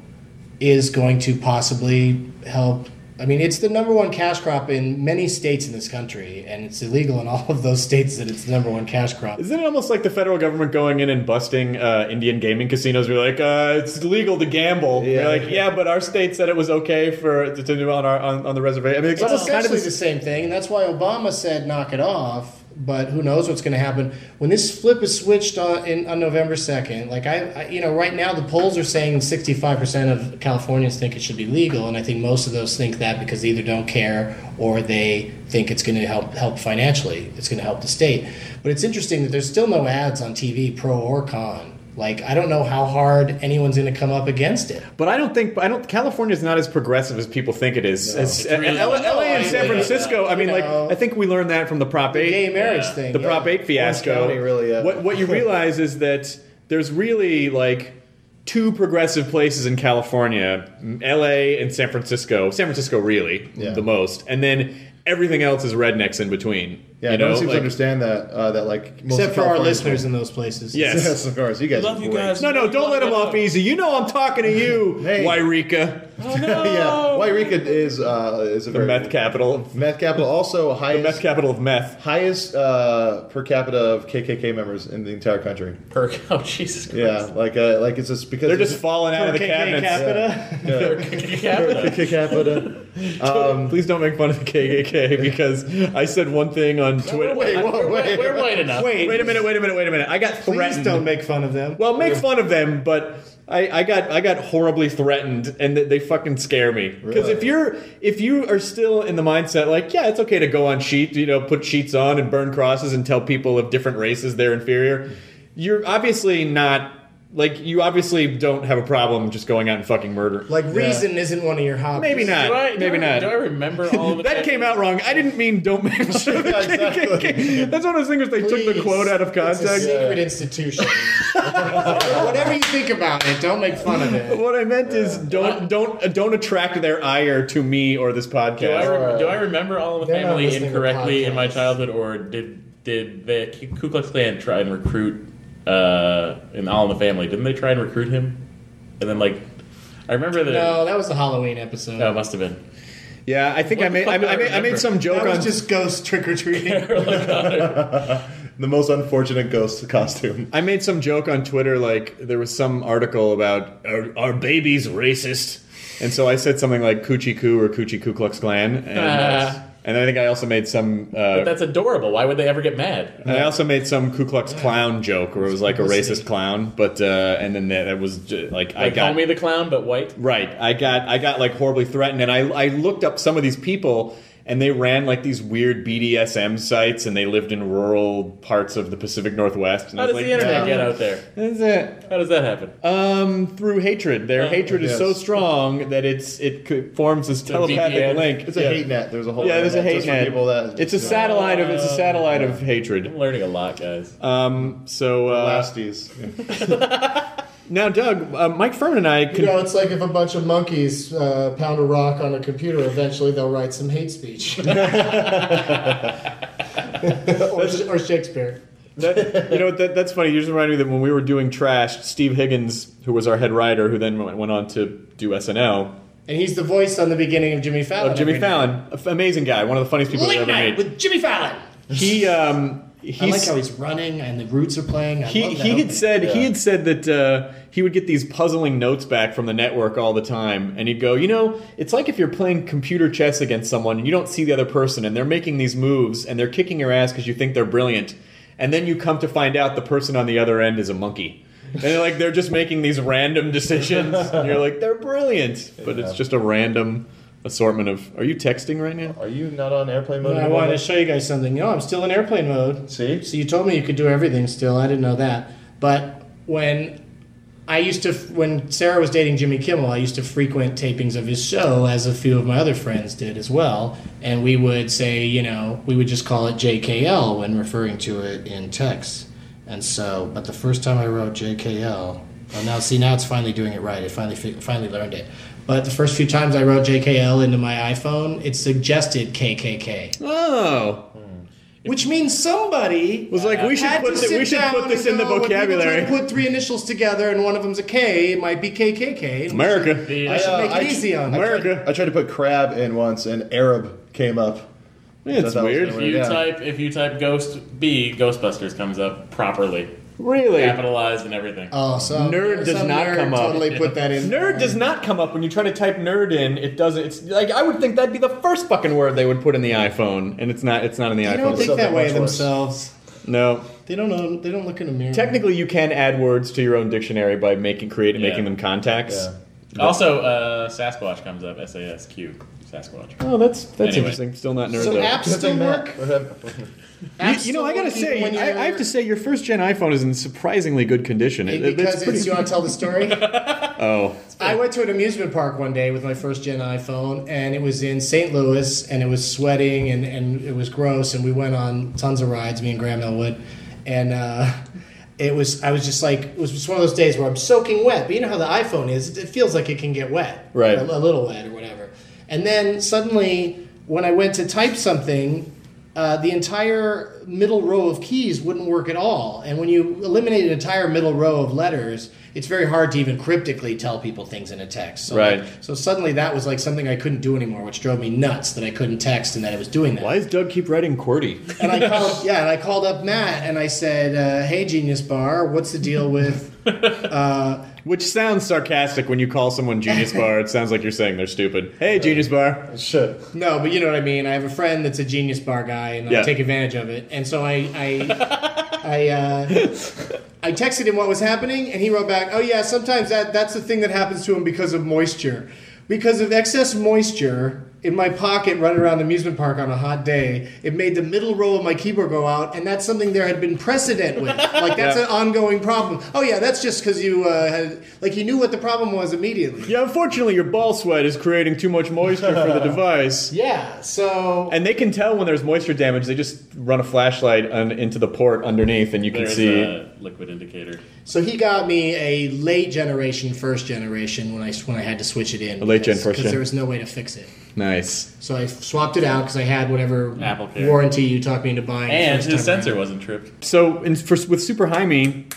H: is going to possibly help. I mean, it's the number one cash crop in many states in this country, and it's illegal in all of those states that it's the number one cash crop.
E: Isn't it almost like the federal government going in and busting uh, Indian gaming casinos? We're like, uh, it's legal to gamble. Yeah.
F: Yeah.
E: We're like, yeah, but our state said it was okay for to do on our on, on the reservation. I mean, it's,
H: It's
E: almost kind of
H: essentially
E: the
H: the same thing, and that's why Obama said knock it off. But who knows what's going to happen when this flip is switched on in, on November second? Like I, I, you know, right now the polls are saying sixty five percent of Californians think it should be legal, and I think most of those think that because they either don't care or they think it's going to help help financially. It's going to help the state. But it's interesting that there's still no ads on TV, pro or con. Like I don't know how hard anyone's going to come up against it.
E: But I don't think I don't. California is not as progressive as people think it is. As,
G: It's really "Oh,
E: LA,
G: not.
E: and San Francisco. I mean,
H: You
E: like
H: know.
E: I think we learned that from the Prop
H: The gay
E: Eight,
H: marriage
G: Yeah.
H: thing,
E: the
H: yeah.
E: Prop Eight fiasco.
F: County, really, yeah.
E: What what
F: *laughs*
E: you realize is that there's really like two progressive places in California: L.A. and San Francisco. San Francisco really
F: Yeah.
E: the most, and then everything else is rednecks in between.
F: Yeah,
E: you
F: no
E: know,
F: one seems
E: like-
F: to understand that. Uh, that like most
H: Except
F: of
H: for our
F: California's-
H: listeners in those places.
E: Yes.
F: yes, of course. You guys,
G: love you
F: are great.
G: guys.
E: No, no, don't let him off easy. You know I'm talking to you,
F: *laughs* Hey.
E: Wairika,
F: *laughs* yeah, Wairika is uh, is a
E: the
F: very,
E: meth capital, of,
F: meth capital. Also
E: the meth
F: highest
E: capital of meth.
F: highest uh, per capita of KKK members in the entire country.
G: Perk. *laughs* Oh Jesus Christ.
F: Yeah, like uh, like it's just because
E: They're just falling out of the cabinets.
F: per capita.
E: Please don't make fun of the KKK because I said one thing on Twitter.
F: Wait, whoa, wait.
G: We're white enough.
E: wait, wait a minute, wait a minute, wait a minute. I got
H: *laughs* Please
E: threatened.
H: don't make fun of them.
E: Well, make fun of them, but I, I got I got horribly threatened, and they, they fucking scare me. Because if
F: Really?
E: you're if you are still in the mindset like, yeah, it's okay to go on sheet, you know, put sheets on and burn crosses and tell people of different races they're inferior, you're obviously not like you obviously don't have a problem just going out and fucking murder.
H: Like reason isn't one of your hobbies.
E: Maybe not.
G: Do I, do
E: Maybe
G: I-
E: not.
G: Do I remember all of
E: *laughs* That came out wrong. I didn't mean don't
H: *laughs*
E: make fun of the KKK. *laughs* That's one of those things where they took the
H: Please.
E: quote out of
H: It's a
E: context.
H: sacred institution. Whatever you think about it, don't make fun of it.
E: What I meant is don't don't uh, don't attract their ire to me or this
G: Do I,
E: podcast.
G: rem- do I remember all of the
H: They're not
G: family
H: listening to
G: incorrectly in my
H: podcasts.
G: childhood, or did did the Ku Klux Klan try and recruit uh, in All in the Family? Didn't they try and recruit him? And then like, I remember that.
H: No, that was the Halloween episode.
G: Oh, it must have been.
E: yeah, I think I
G: What the
E: made
G: fuck
E: I,
G: do I
E: I made I
G: remember?
E: made some joke
H: that
E: on
H: was just ghost trick or
G: *laughs*
H: treating. *laughs*
F: The most unfortunate ghost costume.
E: I made some joke on Twitter like there was some article about are, are babies racist, and so I said something like "coochie coo" or "coochie Ku Klux Klan," and,
G: Ah.
E: and I think I also made some.
G: But
E: Uh,
G: that's adorable. Why would they ever get mad?
E: I also made some Ku Klux Clown joke where it was like a racist clown, but uh, and then that, that was j- like I
G: Like,
E: got
G: call me the clown, but white.
E: Right. I got I got like horribly threatened, and I I looked up some of these people, and they ran like these weird BDSM sites, and they lived in rural parts of the Pacific Northwest. And I
G: How
E: was
G: does
E: like,
G: the internet
E: "No,
G: get out there?
E: that's it.
G: How does that happen?
H: Uh,
E: Um, through hatred, their hatred is so
F: Oh, yes.
E: strong that it's it c- forms this
G: VPN.
E: telepathic link.
F: It's a
E: yeah.
F: hate net. There's a whole
E: Yeah, there's a
F: internet
E: hate
F: just for
E: net.
F: people that-
E: it's a satellite of it's a satellite of
G: I'm
E: hatred.
G: learning a lot, guys.
E: Um, so uh,
F: Lasties.
E: now, Doug, uh, Mike Furman and I
K: You
E: can
K: know, it's like if a bunch of monkeys uh, pound a rock on a computer, eventually they'll write some hate
H: *laughs*
K: speech. or, or Shakespeare.
E: That, you know that, that's funny. You just reminded me that when we were doing Trash, Steve Higgins, who was our head writer, who then went went on to do SNL,
H: and he's the voice on the beginning of Jimmy Fallon.
E: of Jimmy
H: every night.
E: Fallon, a f- amazing guy, one of the funniest people I've
H: Oh, Late
E: ever made.
H: night with Jimmy Fallon.
E: He um,
H: I like
E: he's,
H: how he's running and the roots are playing. I
E: he
H: love that
E: he
H: opening.
E: had said he had said that uh, he would get these puzzling notes back from the network all the time, and he'd go, you know, it's like if you're playing computer chess against someone and you don't see the other person, and they're making these moves and they're kicking your ass because you think they're brilliant, and then you come to find out the person on the other end is a monkey. And they're like they're just making these random decisions. And you're like they're brilliant, but it's just a random assortment of. Are you texting right now?
F: Are you not on airplane mode?
H: But I
F: anymore?
H: wanted to show you guys something. No, I'm still in airplane mode.
F: See?
H: So you told me you could do everything still. I didn't know that. But when I used to, when Sarah was dating Jimmy Kimmel, I used to frequent tapings of his show, as a few of my other friends did as well. And we would say, you know, we would just call it JKL when referring to it in text. And so, but the first time I wrote JKL, well, now see, now it's finally doing it right. I finally fi- finally learned it. But the first few times I wrote JKL into my iPhone, it suggested KKK
E: Oh,
H: which means somebody
E: was like, we should
H: had
E: put
H: to
E: thi- we
H: sit
E: should
H: down
E: put
H: and
E: this in the
H: go, when people
E: vocabulary.
H: try to Put three initials together, and one of them's a K. It might be KKK.
E: America,
G: The,
H: I should uh, make it
F: I-
H: easy on. them.
E: America.
F: I tried to put crab in once, and Arab came up.
E: It's
F: that was
E: weird.
F: the
G: if
F: word,
G: you
F: yeah.
G: type if you type ghost B, Ghostbusters comes up properly,
E: Really,
G: capitalized and everything.
H: Oh, so
E: Nerd does
H: some
E: not
H: nerd
E: come up.
H: Totally put that in.
E: Nerd does not come up when you try to type nerd in. It doesn't. It's like I would think that'd be the first fucking word they would put in the iPhone, and it's not. It's not in the
H: They
E: iPhone.
H: don't think
F: Something
H: that way
F: much worse.
H: themselves.
E: no.
H: They don't know. They don't look in a mirror.
E: Technically, you can add words to your own dictionary by making creating
G: Yeah.
E: making them contacts.
F: Yeah.
G: Also, uh, Sasquatch comes up. S A S Q. Sasquatch.
E: Oh, that's that's
G: Anyway.
E: interesting. Still not nerd
H: So
E: though.
H: apps still work.
E: you,
H: apps
E: you know,
H: still
E: I gotta
H: work even
E: say,
H: when
E: I, I have
H: you're-
E: to say, your first gen iPhone is in surprisingly good condition. It- it-
H: Because
E: pretty-
H: it's, you want to tell the story?
E: oh,
H: I went to an amusement park one day with my first gen iPhone, and it was in St. Louis, and it was sweating, and, and it was gross, and we went on tons of rides, me and Graham Elwood, and uh, it was I was just like it was just one of those days where I'm soaking wet, but you know how the iPhone is, it feels like it can get wet,
E: Right.
H: a, a little wet or whatever, and then suddenly. when I went to type something, uh, the entire middle row of keys wouldn't work at all. And when you eliminate an entire middle row of letters, it's very hard to even cryptically tell people things in a text. So
E: Right.
H: like- so suddenly that was like something I couldn't do anymore, which drove me nuts that I couldn't text and that I was doing that
E: *laughs* Why does Doug keep writing QWERTY?
H: and
E: *laughs*
H: I called, yeah, and I called up Matt and I said, uh, "Hey, Genius Bar, what's the deal with?"
E: Which sounds sarcastic when you call someone
H: *laughs*
E: Genius Bar. It sounds like you're saying they're stupid. Hey, Genius Bar.
F: Shit.
H: No, but you know what I mean. I have a friend that's a Genius Bar guy, and
E: Yeah.
H: I take advantage of it. And so I, I,
E: *laughs*
H: I, uh, I texted him what was happening, and he wrote back, "Oh yeah, sometimes that that's the thing that happens to him because of moisture, because of excess moisture." In my pocket, running around the amusement park on a hot day, it made the middle row of my keyboard go out, and that's something there had been precedent with. Like that's
E: Yeah.
H: an ongoing problem. Oh yeah, that's just because you uh, had like you knew what the problem was immediately.
E: Yeah, unfortunately, your ball sweat is creating too much moisture
H: *laughs*
E: for the device.
H: Yeah, so
E: And they can tell when there's moisture damage. They just run a flashlight on, into the port underneath, and you can
G: There's
E: see.
G: a liquid indicator.
H: So he got me a late generation, first generation when I when I had to switch it in.
E: A late gen, first gen.
H: because there was no way to fix it.
E: Nice.
H: So I swapped it out because I had whatever
G: Apple Care.
H: warranty you talked me into buying.
G: And
H: the first
G: his
H: time around.
G: sensor wasn't tripped.
E: So in, for, with Super Jaime,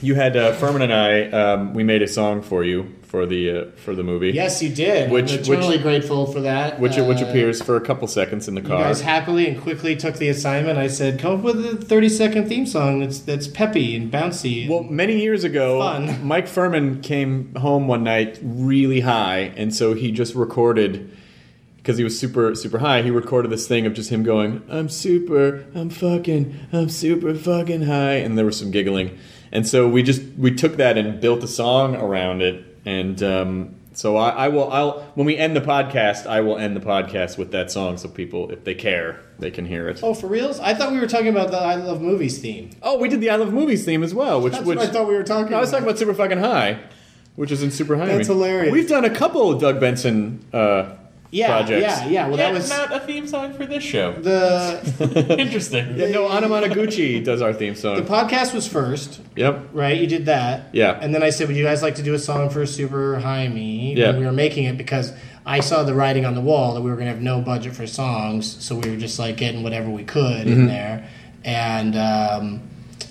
E: you had uh, Furman and I. Um, we made a song for you for the uh, for the movie.
H: Yes, you did.
E: Which-
H: I'm
E: which-
H: eternally grateful for that.
E: Which
H: Uh,
E: which appears for a couple seconds in the
H: You
E: car.
H: guys happily and quickly took the assignment. I said, "Come up with a 30 second theme song that's that's peppy and bouncy." and
E: Well, many years ago,
H: Fun.
E: Mike Furman came home one night really high, and so he just recorded because he was super super high. He recorded this thing of just him going, "I'm super, I'm fucking, I'm super fucking high," and there was some giggling, and so we just we took that and built a song around it, and um, so I, I will I'll when we end the podcast, I will end the podcast with that song, so people if they care, they can hear it.
H: oh, for reals? I thought we were talking about the I Love Movies theme.
E: Oh, we did the I Love Movies theme as well, which
H: That's
E: which
H: what I thought we were talking.
E: no, I was
H: about.
E: talking about Super Fucking High, which is in Super High.
H: That's hilarious.
E: We've done a couple of Doug Benson. Uh,
H: yeah,
E: projects.
H: yeah, yeah. Well, that
G: Yet
H: was
G: not a theme song for this
E: *laughs*
G: show.
H: the
G: Interesting.
E: yeah, no, Anamanaguchi does our theme
H: the
E: song.
H: podcast was first.
E: yep.
H: right? You did that.
E: Yeah.
H: And then I said, Would you guys like to do a song for Super High Me?
E: Yeah.
H: When we were making it because I saw the writing on the wall that we were going to have no budget for songs. So we were just like getting whatever we could
E: Mm-hmm.
H: in there. And um,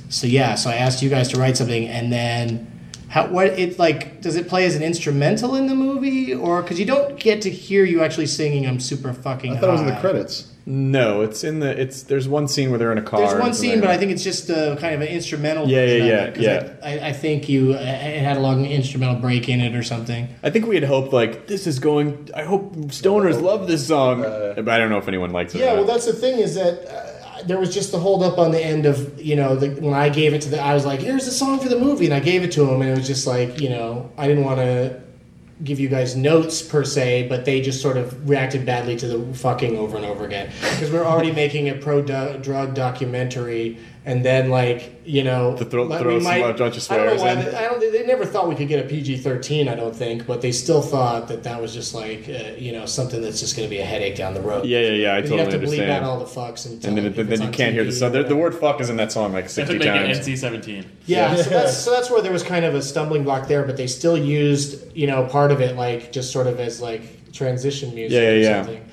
H: so, yeah, so I asked you guys to write something and then. How, what it like does it play as an instrumental in the movie or because you don't get to hear you actually singing i'm super fucking
F: I thought it was in the
H: high.
F: credits.
E: No, it's in the it's. There's one scene where they're in a car.
H: There's one
E: and
H: scene,
E: they're-
H: but I think it's just uh, kind of an instrumental.
E: Yeah, yeah,
H: version of
E: yeah,
H: it, 'cause
E: yeah.
H: I, I, I think you uh, it had a long instrumental break in it or something.
E: I think we had hoped like this is going. I hope stoners love this song,
H: Uh,
E: but I don't know if anyone likes it.
L: Yeah,
E: or
L: well,
E: not.
L: that's the thing is that uh,
H: There was just the hold up on the end of you know the, when I gave it to the I was like here's the song for the movie and I gave it to him and it was just like you know I didn't want to give you guys notes per se but they just sort of reacted badly to the fucking over and over again because we are already making a pro du- drug documentary and then like you know
E: To throw-
H: like,
E: throw
H: we
E: some, uh, bunch of
H: I don't know
E: swears
H: why
E: in.
H: the- I don't. They never thought we could get a PG thirteen. I don't think, but they still thought that that was just like uh, you know something that's just going to be a headache down the road.
E: yeah, yeah, yeah. I
H: 'Cause
E: totally
H: you have to
E: understand.
H: bleep out all the fucks and, tell
E: and then,
H: it
E: then,
H: if it's
E: then you
H: on
E: can't hear the
H: TV
E: song.
H: or
E: The, the
H: whatever.
E: word "fuck" is in that song like
G: They have to
E: sixty
G: make it
E: times.
G: NC-17.
E: *laughs*
H: Yeah, so that's so that's where there was kind of a stumbling block there, but they still used you know part of it like just sort of as like transition music
E: Yeah, yeah,
H: or
E: yeah.
H: something.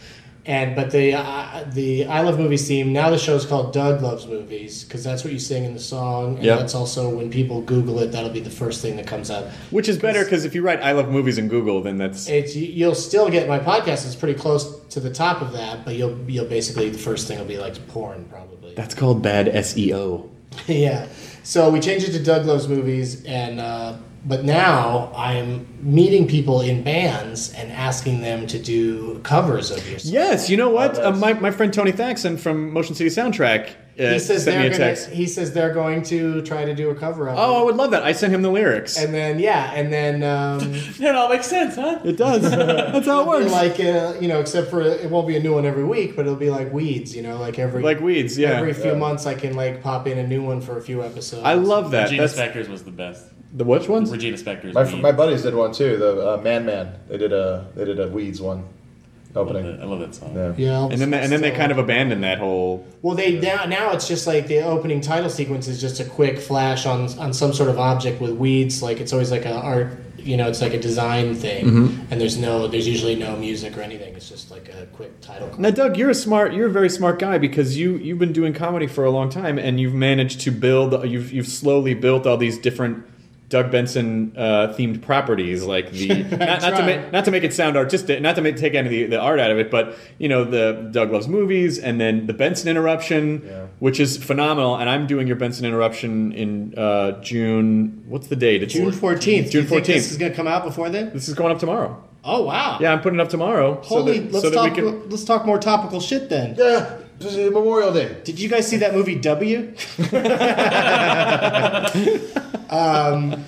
H: And but the uh, the I Love Movies theme now the show's called Doug Loves Movies because that's what you sing in the song, and
E: Yep.
H: that's also when people Google it, that'll be the first thing that comes up.
E: Which is better because if you write "I love movies" in Google, then that's
H: It's you- you'll still get my podcast is pretty close to the top of that, but you'll you'll basically the first thing will be like porn probably.
E: that's called bad E SEO.
H: *laughs* yeah. So we changed it to Doug Loves Movies, and uh, but now I'm meeting people in bands and asking them to do covers of your. song.
E: Yes, you know what?
H: Oh,
E: Uh, my, my friend Tony Thaxton from Motion City Soundtrack uh,
H: He says
E: sent
H: they're
E: me a
H: gonna,
E: text.
H: He says they're going to try to do a cover of.
E: Oh, I
H: it.
E: would love that. I sent him the lyrics.
H: And then yeah, and
E: *laughs*
H: then um,
G: It all makes sense, huh?
E: it
H: *laughs*
E: does. That's how it works. Like,
H: like uh, you know, except for it won't be a new one every week, but it'll be like weeds, you know, like every
E: weeds, yeah.
H: every few months I can like pop in a new one for a few episodes.
E: I love that.
G: Regina
E: That's
G: Spector's was the best.
E: the which ones?
G: Regina Spector's.
F: My,
G: Weeds.
F: my buddies did one too. The uh, Man Man. They did a they did a Weeds one
G: I love that-
F: opening.
G: I love that song.
F: Yeah.
H: Yeah.
E: And then they, and then they
H: So-
E: kind of abandoned that whole.
H: Well, they now now it's just like the opening title sequence is just a quick flash on on some sort of object with weeds. Like it's always like a art you know, it's like a design thing,
E: Mm-hmm.
H: and there's no, there's usually no music or anything. It's just like a quick title.
E: Now, Doug, you're a smart, you're a very smart guy because you you've been doing comedy for a long time, and you've managed to build, you've you've slowly built all these different Doug Benson uh, themed properties, like
H: *laughs*
E: the not, not to
H: try.
E: make not to make it sound artistic, not to make, take any of the, the art out of it, but you know the Doug loves movies, and then the Benson interruption, which is phenomenal. And I'm doing your Benson interruption in uh, June. What's the date? It's
H: June fourteenth.
E: June fourteenth.
H: This is gonna come out before then.
E: This is going up tomorrow.
H: Oh wow.
E: Yeah, I'm putting it up tomorrow. so
H: Holy,
E: that-
H: let's
E: so that we
H: talk.
E: can-
H: Let's talk more topical shit then.
M: Yeah, this is Memorial Day.
H: Did you guys see that movie W? *laughs* um, Um,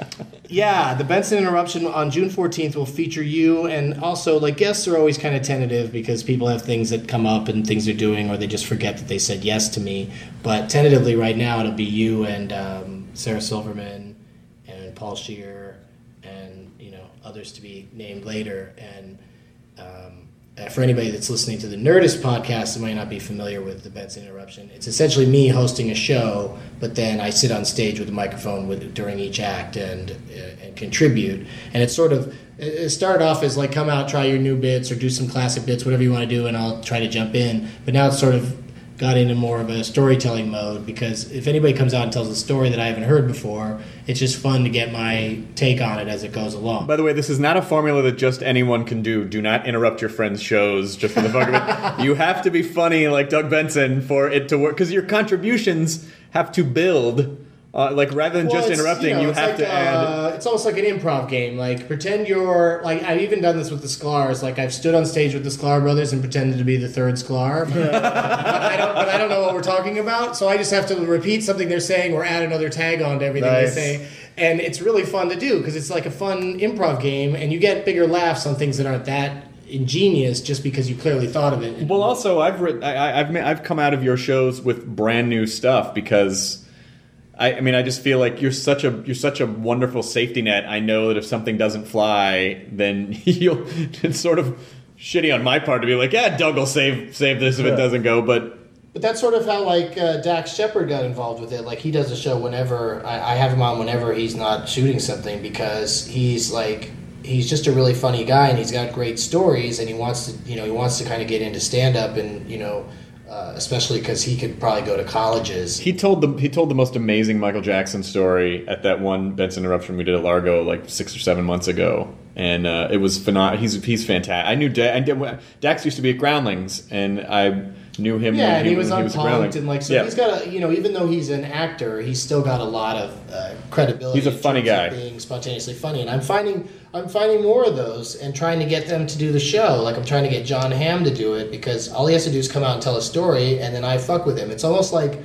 H: yeah, the Benson interruption on June 14th will feature you, and also, like, guests are always kind of tentative because people have things that come up and things they're doing, or they just forget that they said yes to me. But tentatively, right now, it'll be you and um, Sarah Silverman and Paul Shear and, you know, others to be named later. And, um, uh, for anybody that's listening to the Nerdist podcast that might not be familiar with the Benson interruption, it's essentially me hosting a show, but then I sit on stage with a microphone with, during each act and, uh, and contribute. And it's sort of it it started off as like come out, try your new bits, or do some classic bits, whatever you want to do, and I'll try to jump in. But now it's sort of got into more of a storytelling mode because if anybody comes out and tells a story that I haven't heard before, it's just fun to get my take on it as it goes along.
E: By the way, this is not a formula that just anyone can do. Do not interrupt your friend's shows just for the fuck
H: *laughs*
E: of it. You have to be funny like Doug Benson for it to work because your contributions have to build. Uh, like rather than
H: Well,
E: just
H: it's,
E: interrupting, you,
H: know, it's
E: have
H: like,
E: to add.
H: uh, It's almost like an improv game. Like pretend you're like I've even done this with the Sklars. Like I've stood on stage with the Sklar brothers and pretended to be the third Sklar. But, but I don't. But I don't know what we're talking about, so I just have to repeat something they're saying or add another tag on to everything
F: Nice.
H: they say. And it's really fun to do because it's like a fun improv game, and you get bigger laughs on things that aren't that ingenious just because you clearly thought of it.
E: Well, also I've written, I, I- I've ma- I've come out of your shows with brand new stuff because. I, I mean, I just feel like you're such a you're such a wonderful safety net. I know that if something doesn't fly, then *laughs* you'll it's sort of shitty on my part to be like, yeah, Doug will save save this if it doesn't go. But
H: But that's sort of how like uh, Dax Shepard got involved with it. Like he does a show whenever I, I have him on whenever he's not shooting something because he's like he's just a really funny guy and he's got great stories and he wants to you know he wants to kind of get into stand up and you know uh, especially because he could probably go to colleges.
E: He told the he told the most amazing Michael Jackson story at that one Benson interruption we did at Largo like six or seven months ago, and uh, it was phenomenal. He's he's fantastic. I knew da- I did, Dax used to be at Groundlings, and I knew him.
H: Yeah,
E: when
H: and he was
E: when
H: on
E: at
H: Punk'd
E: Groundlings.
H: and like so
E: Yeah.
H: he's got a you know even though he's an actor he's still got a lot of uh, credibility.
E: He's a
H: in
E: funny
H: terms of
E: guy.
H: being spontaneously funny, and I'm finding I'm finding more of those and trying to get them to do the show. Like I'm trying to get John Hamm to do it because all he has to do is come out and tell a story, and then I fuck with him. It's almost like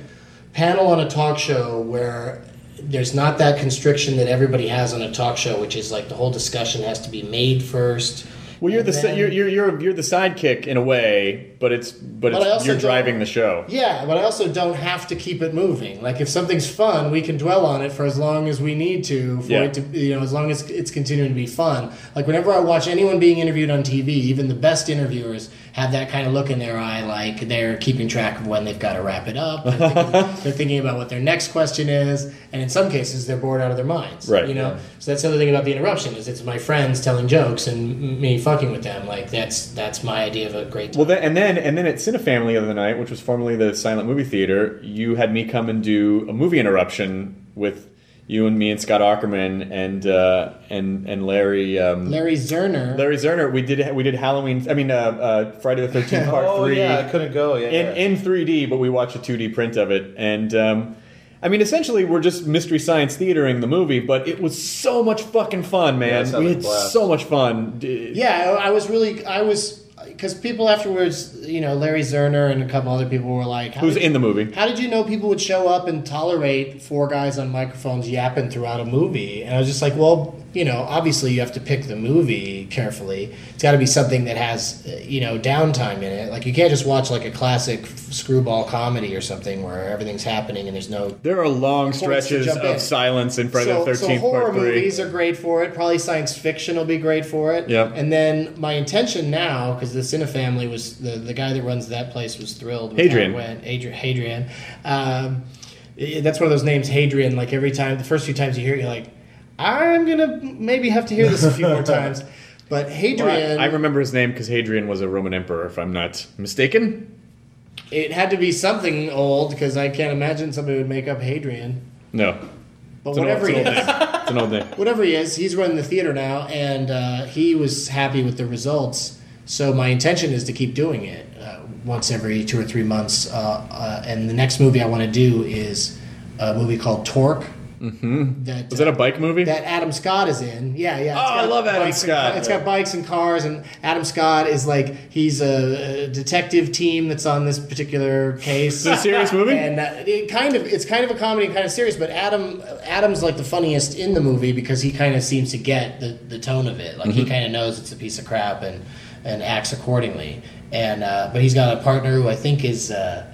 H: panel on a talk show where there's not that constriction that everybody has on a talk show, which is like the whole discussion has to be made first.
E: Well, you're
H: and
E: the si-
H: then-
E: you're, you're you're you're the sidekick in a way, but it's but,
H: I
E: it's,
H: also
E: you're
H: don't-
E: driving the show.
H: Yeah, but I also don't have to keep it moving. Like if something's fun, we can dwell on it for as long as we need to. For
E: Yeah.
H: it to you know, as long as it's continuing to be fun. Like whenever I watch anyone being interviewed on TV, even the best interviewers have that kind of look in their eye, like they're keeping track of when they've got to wrap it up. They're
E: *laughs*
H: thinking, they're thinking about what their next question is, and in some cases, they're bored out of their minds.
E: Right.
H: You know, so that's the other thing about the interruption is it's my friends telling jokes and me fucking with them. Like that's that's my idea of a great. Time.
E: Well, then, and then and then at Cinefamily the other night, which was formerly the Silent Movie Theater, you had me come and do a movie interruption with you and me and Scott Ackerman and uh, and and Larry um,
H: Larry Zerner.
E: Larry Zerner. We did we did Halloween. I mean uh, uh, Friday the Thirteenth Part
F: *laughs* Oh
E: Three
F: yeah, I couldn't go. Yeah, yeah.
E: in in 3D, but we watch a 2D print of it. And um, I mean, essentially, we're just mystery science theatering the movie, but it was so much fucking fun, man.
F: sounds
E: we
F: like
E: had
F: a blast.
E: so much fun. D-
H: Yeah, I I was really, I was, because people afterwards, you know, Larry Zerner and a couple other people were like, how
E: Who's
H: did,
E: in the movie?
H: How did you know people would show up and tolerate four guys on microphones yapping throughout a movie? And I was just like, well, you know, obviously you have to pick the movie carefully. It's got to be something that has, uh, you know, downtime in it. Like you can't just watch like a classic f- screwball comedy or something where everything's happening and there's no
E: There are long
H: to
E: stretches
H: jump
E: of
H: in.
E: silence in Friday the 13th,
H: so horror
E: part 3.
H: movies are great for it. Probably science fiction will be great for it.
E: Yep.
H: And then my intention now, because the Cine family was the, the guy that runs that place was thrilled. With
E: Hadrian.
H: how it went. Adrian. Hadrian. Um, i- that's one of those names, Hadrian. Like every time, the first few times you hear it, you're like. I'm gonna maybe have to hear this a
E: *laughs*
H: few more times. But Hadrian,
E: Well, I, I remember his name because Hadrian was a Roman emperor, if I'm not mistaken.
H: it had to be something old because I can't imagine somebody would make up Hadrian.
E: No,
H: But
E: it's an, old,
H: whatever
E: it's an
H: he
E: old
H: is,
E: name. It's an old name.
H: whatever he is, he's running the theater now, and uh, he was happy with the results. So my intention is to keep doing it uh, once every two or three months. Uh, uh, and the next movie I want to do is a movie called Torque. Mm-hmm. That,
E: Was that a bike movie?
H: that Adam Scott is in. Yeah, yeah.
E: Oh, I love Adam
H: bikes and
E: Scott.
H: ca- it's got bikes and cars, and Adam Scott is like he's a, a detective team that's on this particular case.
E: Is it a serious movie?
H: *laughs* And uh, it kind of it's kind of a comedy and kind of serious, but Adam Adam's like the funniest in the movie because he kind of seems to get the, the tone of it. Like
E: Mm-hmm.
H: he kind of knows it's a piece of crap and and acts accordingly. And uh, but he's got a partner who I think is. Uh,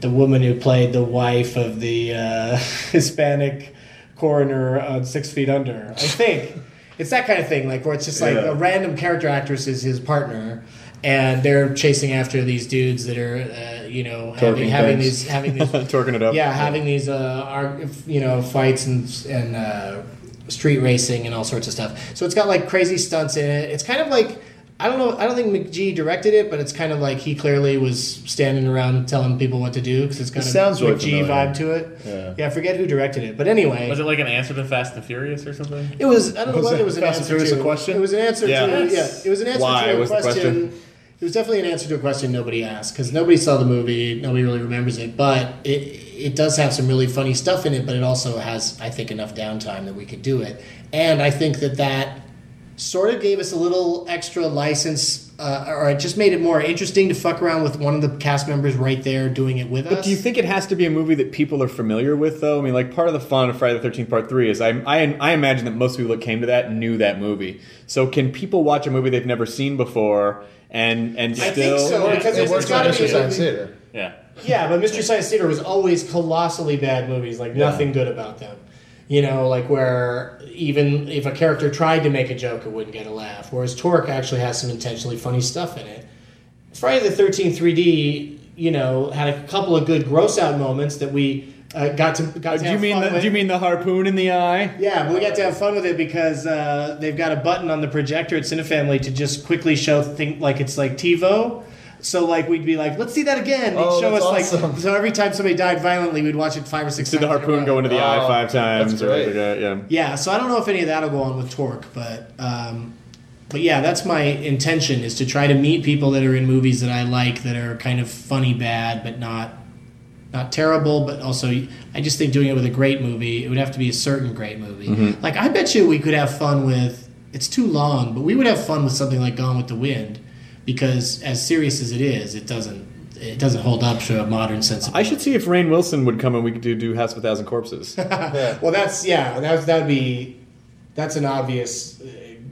H: the woman who played the wife of the uh, *laughs* Hispanic coroner on Six Feet Under. I think it's that kind of thing, like where it's just like
F: Yeah.
H: a random character actress is his partner, and they're chasing after these dudes that are, uh, you know, having,
F: Twerking
H: having
F: things.
H: these
F: *laughs*
H: having these
E: Torquing it up.
H: yeah, having these uh, arg- you know fights and and uh, street racing and all sorts of stuff. So it's got like crazy stunts in it. It's kind of like I don't know. I don't think McGee directed it, but it's kind of like he clearly was standing around telling people what to do because it's got
F: It
H: a
F: sounds really
H: McGee
F: familiar.
H: vibe to it.
F: Yeah.
H: I forget who directed it, but anyway,
G: Was it like an answer to Fast and Furious or something?
H: it was. I don't know
F: Was
H: whether
F: it
H: it was an
F: Fast and
H: answer
F: Furious
H: to
F: a question?
H: It was an answer
E: Yeah.
H: to yeah.
G: Yes.
H: It was an answer
E: Why
H: to a
E: was the
H: question.
E: question?
H: It was definitely an answer to a question nobody asked because nobody saw the movie, nobody really remembers it. But it it does have some really funny stuff in it, but it also has I think enough downtime that we could do it. And I think that that sort of gave us a little extra license, uh, or it just made it more interesting to fuck around with one of the cast members right there doing it with us.
E: Do you think it has to be a movie that people are familiar with, though? I mean, like part of the fun of Friday the Thirteenth Part Three is I, I I imagine that most people that came to that knew that movie. So can people watch a movie they've never seen before and and
H: I
E: still?
H: think so
G: Yeah,
H: because
G: it
H: it's,
G: works
H: it's
G: on
H: got to be.
F: Mystery Science Theater.
G: Yeah.
H: Yeah, but Mystery Science Theater was always colossally bad movies, like nothing good about them. You know, like where even if a character tried to make a joke, it wouldn't get a laugh. Whereas Torque actually has some intentionally funny stuff in it. Friday the 13th 3D, you know, had a couple of good gross out moments that we uh, got to got
E: Uh,
H: to
E: do you
H: have
E: mean
H: fun
E: the,
H: with.
E: do you mean the harpoon in the eye?
H: Yeah, but we got to have fun with it because uh, they've got a button on the projector at Cinefamily to just quickly show thing like it's like TiVo. So like we'd be like, let's see that again. They'd
F: Oh,
H: show
F: that's
H: us like
F: awesome.
H: so every time somebody died violently, we'd watch it five or six.
E: Did the
H: times in a
E: harpoon
H: row.
E: go into the eye
H: Oh,
F: Wow,
E: five
F: that's
E: times? or
F: great.
E: like that? yeah.
H: Yeah, so I don't know if any of that'll go on with Torque, but um, but yeah, that's my intention is to try to meet people that are in movies that I like that are kind of funny bad, but not not terrible, but also I just think doing it with a great movie, it would have to be a certain great movie.
E: Mm-hmm.
H: Like I bet you we could have fun with it's too long, but we would have fun with something like Gone with the Wind because as serious as it is, it doesn't it doesn't hold up to a modern sensibility.
E: I should see if Rain Wilson would come and we could do, do House of a Thousand
H: *laughs*
E: Corpses.
H: Well, that's yeah. That's that would be that's an obvious uh,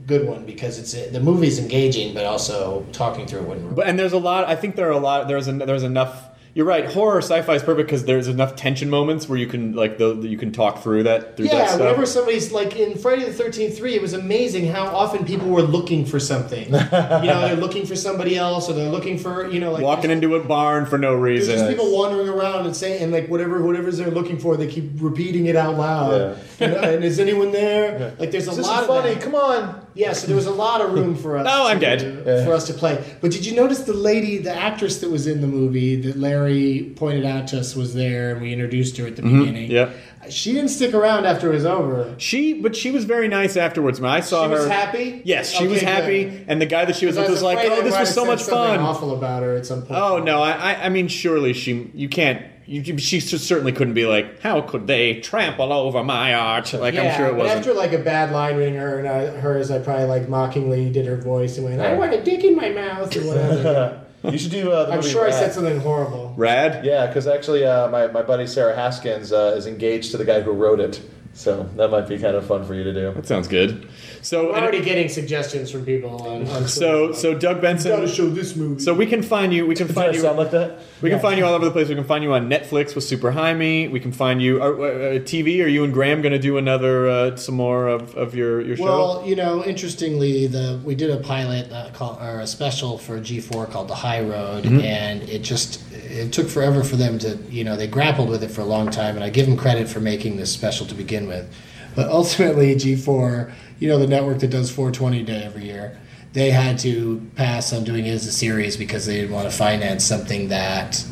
H: good one because it's uh, the movie's engaging, but also talking through it wouldn't.
E: But and there's a lot. I think there are a lot. There's en- there's enough. You're right. Horror sci-fi is perfect because there's enough tension moments where you can like the, you can talk through that. Through that
H: yeah,
E: stuff.
H: whenever somebody's like in Friday the Thirteenth Three, it was amazing how often people were looking for
E: *laughs*
H: something. you know, they're looking for somebody else, or they're looking for you know like
E: walking into a barn for no
H: There's
E: reason.
H: just people wandering around and saying, and like whatever, whatever's they're looking for, they keep repeating it out loud. You know, and is anyone there? Like, there's a
F: This is
H: lot of
F: funny.
H: that.
F: Come on.
H: Yeah, so there was a lot of room for us.
E: *laughs* Oh, I'm
H: to-
E: dead.
H: For us to play. But did you notice the lady, the actress that was in the movie that Larry pointed out to us was there, and we introduced her at the
E: Mm-hmm.
H: beginning?
E: yeah.
H: She didn't stick around after it was over.
E: She, but she was very nice afterwards. When I saw
H: she
E: her,
H: was happy.
E: yes, she
H: Okay,
E: was happy,
H: good.
E: and the guy that she was with
H: I
E: was like,
H: afraid
E: "Oh,
H: I
E: this
H: might have
E: was so
H: said
E: much
H: something
E: fun."
H: Awful about her at some point.
E: Oh no, I, I, I mean, surely she, you can't. You, you- she cer- certainly couldn't be like, "How could they trample over my art?" Like I'm sure it
H: but
E: wasn't.
H: After like a bad line reading her and I, hers, I probably like mockingly did her voice and went, "I want a dick in my mouth" or
E: *laughs*
H: whatever.
F: *laughs* You should do. Uh, the
H: I'm
F: movie
H: sure I
F: Rat.
H: said something horrible.
E: Rad.
F: Yeah, because actually, uh, my my buddy Sarah Haskins uh, is engaged to the guy who wrote it, so that might be kind of fun for you to do.
E: That sounds good. So
H: We're
E: and-
H: already getting suggestions from people on. on
E: So so Doug
H: gotta
E: Benson.
H: show this movie.
E: So we can find you. We can
F: Does that
E: find you.
F: sound like that?
E: We can find you all over the place. We can find you on Netflix with Super High Me. We can find you are, uh, uh, TV. Are you and Graham going to do another uh, some more of, of your your show?
H: Well, you know, interestingly, the we did a pilot uh, call, or a special for G4 called The High Road,
E: Mm-hmm.
H: and it just it took forever for them to you know they grappled with it for a long time, and I give them credit for making this special to begin with. But ultimately, G4, you know, the network that does 420 Day every year, they had to pass on doing it as a series because they didn't want to finance something that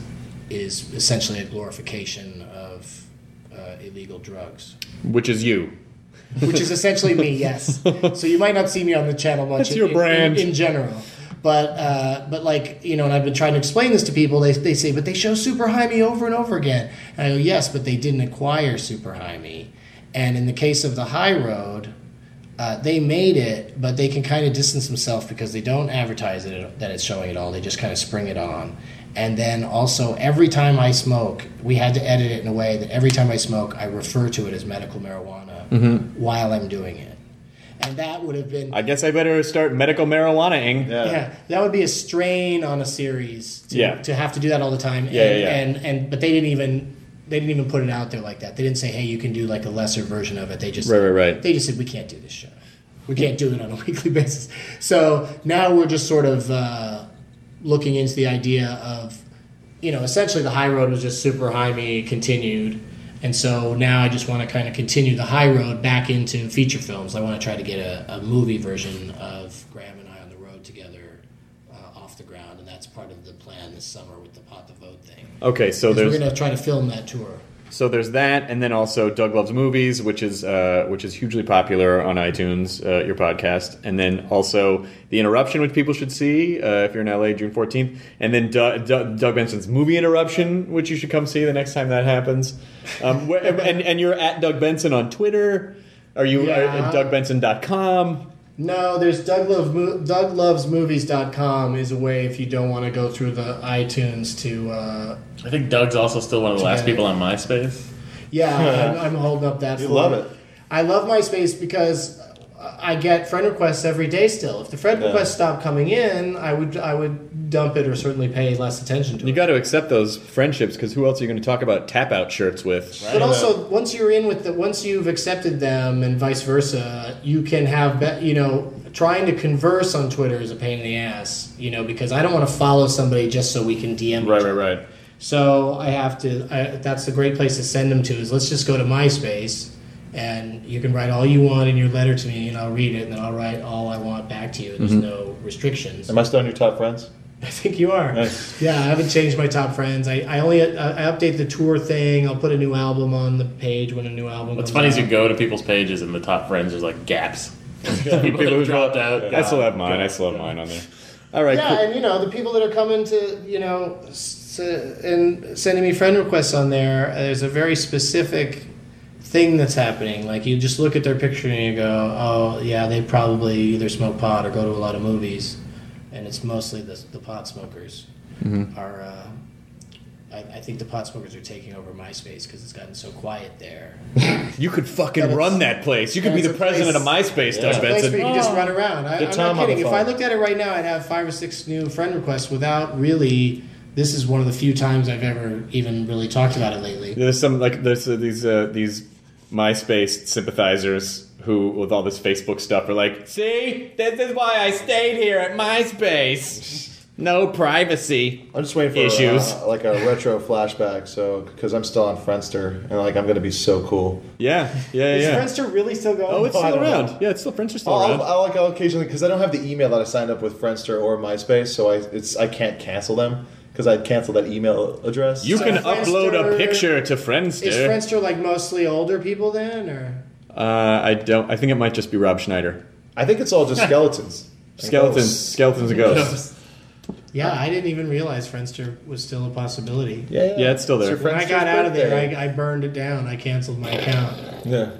H: is essentially a glorification of uh, illegal drugs.
E: Which is you.
H: which is essentially me.
E: *laughs*
H: Yes. So you might not see me on the channel much.
E: That's your
H: in,
E: brand.
H: in, in general. But uh, but like you know, and I've been trying to explain this to people. They, they say, but they show Super Jaime over and over again. And I go, yes, but they didn't acquire Super Jaime. And in the case of the High Road, uh, they made it, but they can kind of distance themselves because they don't advertise it that it's showing at all. They just kind of spring it on. And then also, every time I smoke, we had to edit it in a way that every time I smoke, I refer to it as medical marijuana while I'm doing it. And that would have been
E: I guess I better start medical marijuana-ing.
H: yeah, that would be a strain on a series to,
E: Yeah.
H: to have to do that all the time. And,
E: Yeah, yeah, yeah.
H: and and but they didn't even they didn't even put it out there like that. They didn't say, "Hey, you can do like a lesser version of it." They just
E: Right, right, right.
H: They just said, "We can't do this show. We can't do it on a *laughs* weekly basis." So now we're just sort of uh, looking into the idea of you know essentially the high road was just super high me continued. And so now I just want to kind of continue the high road back into feature films. I want to try to get a, a movie version of Graham and I on the road together uh, off the ground, and that's part of the plan this summer with the pot the vote thing.
E: Okay, so
H: 'Cause
E: there's
H: we're going to try to film that tour.
E: So there's that, and then also Doug Loves Movies, which is uh, which is hugely popular on iTunes, uh, your podcast, and then also The Interruption, which people should see uh, if you're in LA, June 14th, and then Du- Du- Doug Benson's Movie Interruption, which you should come see the next time that happens. Um, where, and, and you're at Doug Benson on Twitter. Are you are-
H: Yeah.
E: at DougBenson.com?
H: No, there's Doug, Love, Mo- DougLovesMovies.com is a way if you don't want to go through the iTunes to. Uh,
G: I think Doug's also still one of the last people on MySpace.
H: yeah,
E: *laughs*
H: I'm, I'm holding up that.
F: You
H: for
F: love
H: it.
F: it.
H: I love MySpace because I get friend requests every day still. If the friend
F: Yeah.
H: requests stopped coming in, I would I would dump it or certainly pay less attention to
E: You
H: it.
E: got to accept those friendships because who else are you going to talk about tap out shirts with?
H: But also, once you're in with the, once you've accepted them and vice versa, you can have, be, you know, trying to converse on Twitter is a pain in the ass, you know, because I don't want to follow somebody just so we can DM.
E: Right,
H: each
E: right,
H: other.
E: right.
H: So I have to. I, that's a great place to send them to. Is let's just go to MySpace, and you can write all you want in your letter to me, and I'll read it, and then I'll write all I want back to you. There's
E: Mm-hmm.
H: no restrictions.
F: Am I still on your top friends?
H: I think you are.
F: Nice.
H: Yeah, I haven't changed my top friends. I, I only uh, I, I update the tour thing. I'll put a new album on the page when a new album.
G: What's
H: comes
G: funny
H: out.
G: is you go to people's pages and the top friends there's like gaps. people that
E: who
G: have dropped out.
E: I still have mine. I still have mine on there. All right, cool.
H: Yeah, and you know the people that are coming to you know s- and sending me friend requests on there. uh, There's a very specific thing that's happening. Like you just look at their picture and you go, oh yeah, they probably either smoke pot or go to a lot of movies, and it's mostly the the pot smokers are. Uh, I, I think the pot smokers are taking over MySpace because it's gotten so quiet there.
E: You could fucking
H: it's-
E: run that place. You could
H: and
E: be
H: it's
E: the
H: a
E: president of
H: place-
E: MySpace,
H: It's
E: Doug
H: a place
E: Benson.
H: where you can just run around. I,
F: Get
H: I'm
F: Tom
H: not
F: on the
H: kidding. If I
F: phone.
H: looked at it right now, I'd have five or six new friend requests without really. This is one of the few times I've ever even really talked about it lately.
E: There's some like there's uh, these uh, these MySpace sympathizers who, with all this Facebook stuff, are like, "See, this is why I stayed here at MySpace. No privacy."
F: I'm just waiting for
E: Issues.
F: uh, like a retro flashback. So because I'm still on Friendster and like I'm gonna be so cool.
E: Yeah, yeah,
H: Is
E: yeah.
H: Friendster really still going?
E: Oh, it's
H: I
E: still
H: don't know.
E: around. Yeah, it's still friends are still
F: I'll,
H: uh,
E: around.
F: I'll, I'll, like I'll occasionally because I don't have the email that I signed up with Friendster or MySpace, so I it's I can't cancel them because I cancel that email address.
E: You can
H: Friendster-
E: upload a picture to Friendster.
H: Is Friendster like mostly older people then, or
E: uh, I don't. I think it might just be Rob Schneider.
F: I think it's
E: *laughs*
F: all just skeletons. And
E: Skeletons,
F: ghosts.
E: skeletons, and
H: *laughs*
E: ghosts.
H: yeah? I didn't even realize Friendster was still a possibility.
F: Yeah, yeah,
E: Yeah, it's still there.
F: your
H: When I
F: Friendster's
H: got out of there,
F: birthday.
H: I, I burned it down. I canceled my account.
F: yeah.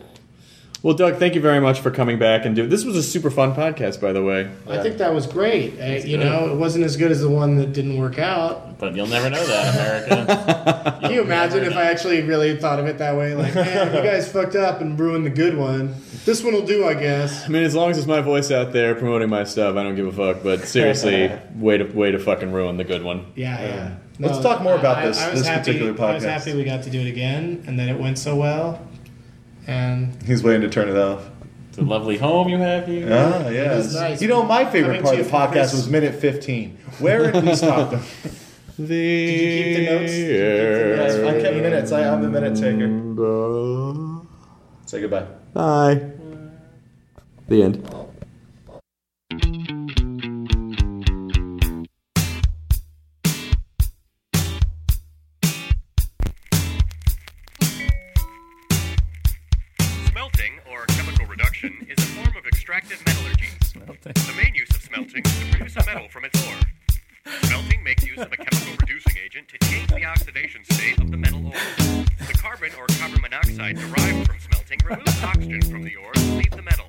E: Well, Doug, thank you very much for coming back and do. This was a super fun podcast, by the way.
H: I think that was great. I, you know, it wasn't as good as the one that didn't work out,
G: But you'll never know that, America.
H: Can you imagine if I actually really thought of it that way? Like, man,
F: *laughs*
H: you guys fucked up and ruined the good one. This one will do, I guess.
E: I mean, as long as it's my voice out there promoting my stuff, I don't give a fuck. But seriously, way to way to fucking ruin the good one.
H: Yeah, yeah.
F: Let's talk more about this- this
H: happy,
F: particular
H: I was
F: podcast.
H: happy we got to do it again, and that it went so well. And
F: He's waiting to turn it off.
G: it's a lovely home you have here.
F: Ah, yeah.
H: is nice.
F: You know, my favorite
H: Coming
F: part
H: to
F: of the
H: you from
F: podcast
H: Chris.
F: was minute 15.
H: *laughs*
F: Where did we stop them?
E: The
H: you keep the notes? Did you keep the
F: Yes, I kept minutes. I am the minute taker. Say goodbye.
E: Bye. The end.
N: Smelting, or chemical reduction, is a form of extractive metallurgy. The main use of smelting is to produce a metal from its ore. Smelting makes use of a chemical reducing agent to change the oxidation state of the metal ore. The carbon or carbon monoxide derived from smelting removes oxygen from the ore to leave the metal.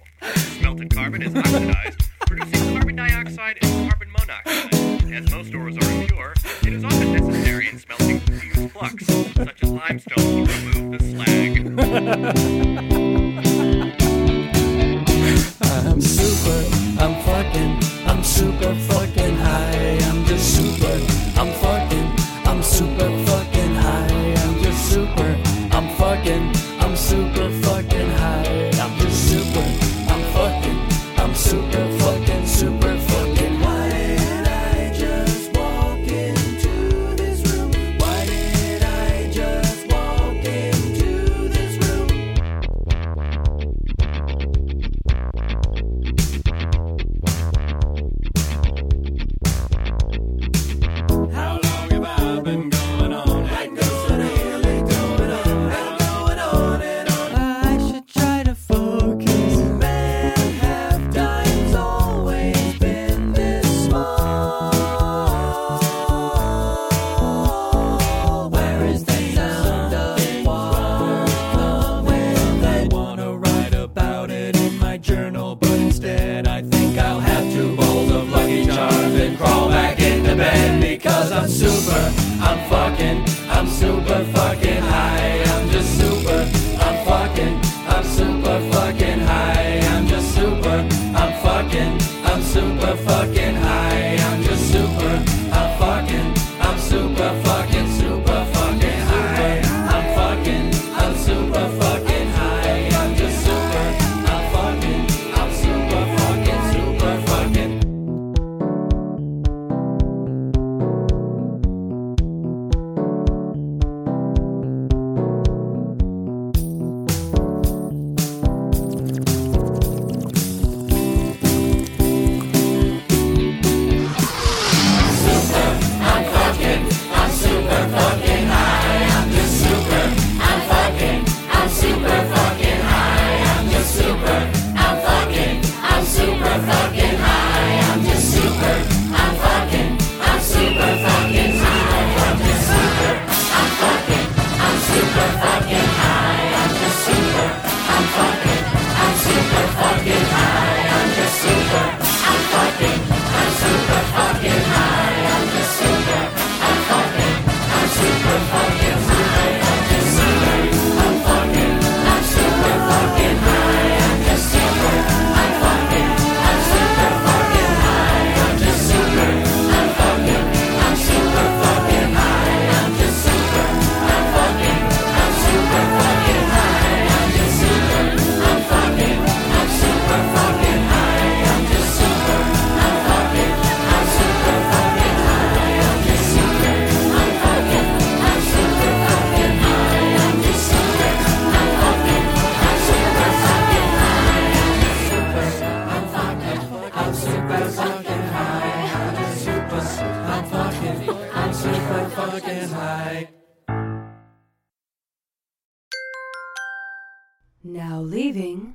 N: Smelted carbon is oxidized, producing carbon dioxide and carbon monoxide. As most ores are impure, it is often necessary in smelting to use flux, such as limestone, to remove the slag.
O: I'm super, I'm fucking, I'm super fucking high. I'm just super, I'm fucking, I'm super fucking high. I'm just super, I'm fucking, I'm super fucking high. I'm just super, I'm fucking, I'm super fucking, super fucking high. Why did I just walk into this room? Why did I just walk into this room? How long have I been going on? And going really going on and going on and on. I should try to focus. Man, half time's always been this small. Where is the sound of water? Well, I wanna write about it in my journal, but instead I think I'll have two bowls of lucky charms and crawl back into bed because I'm super, I'm fucking, I'm super fucking high. I'm just super, I'm fucking, I'm super fucking high. I'm just super, I'm fucking, I'm super fucking high. I'm just super, I'm fucking, I'm super fucking, super fucking high. I'm fucking, I'm super fucking high. I'm just super, I'm fucking, I'm super fucking, super fucking.
D: Now leaving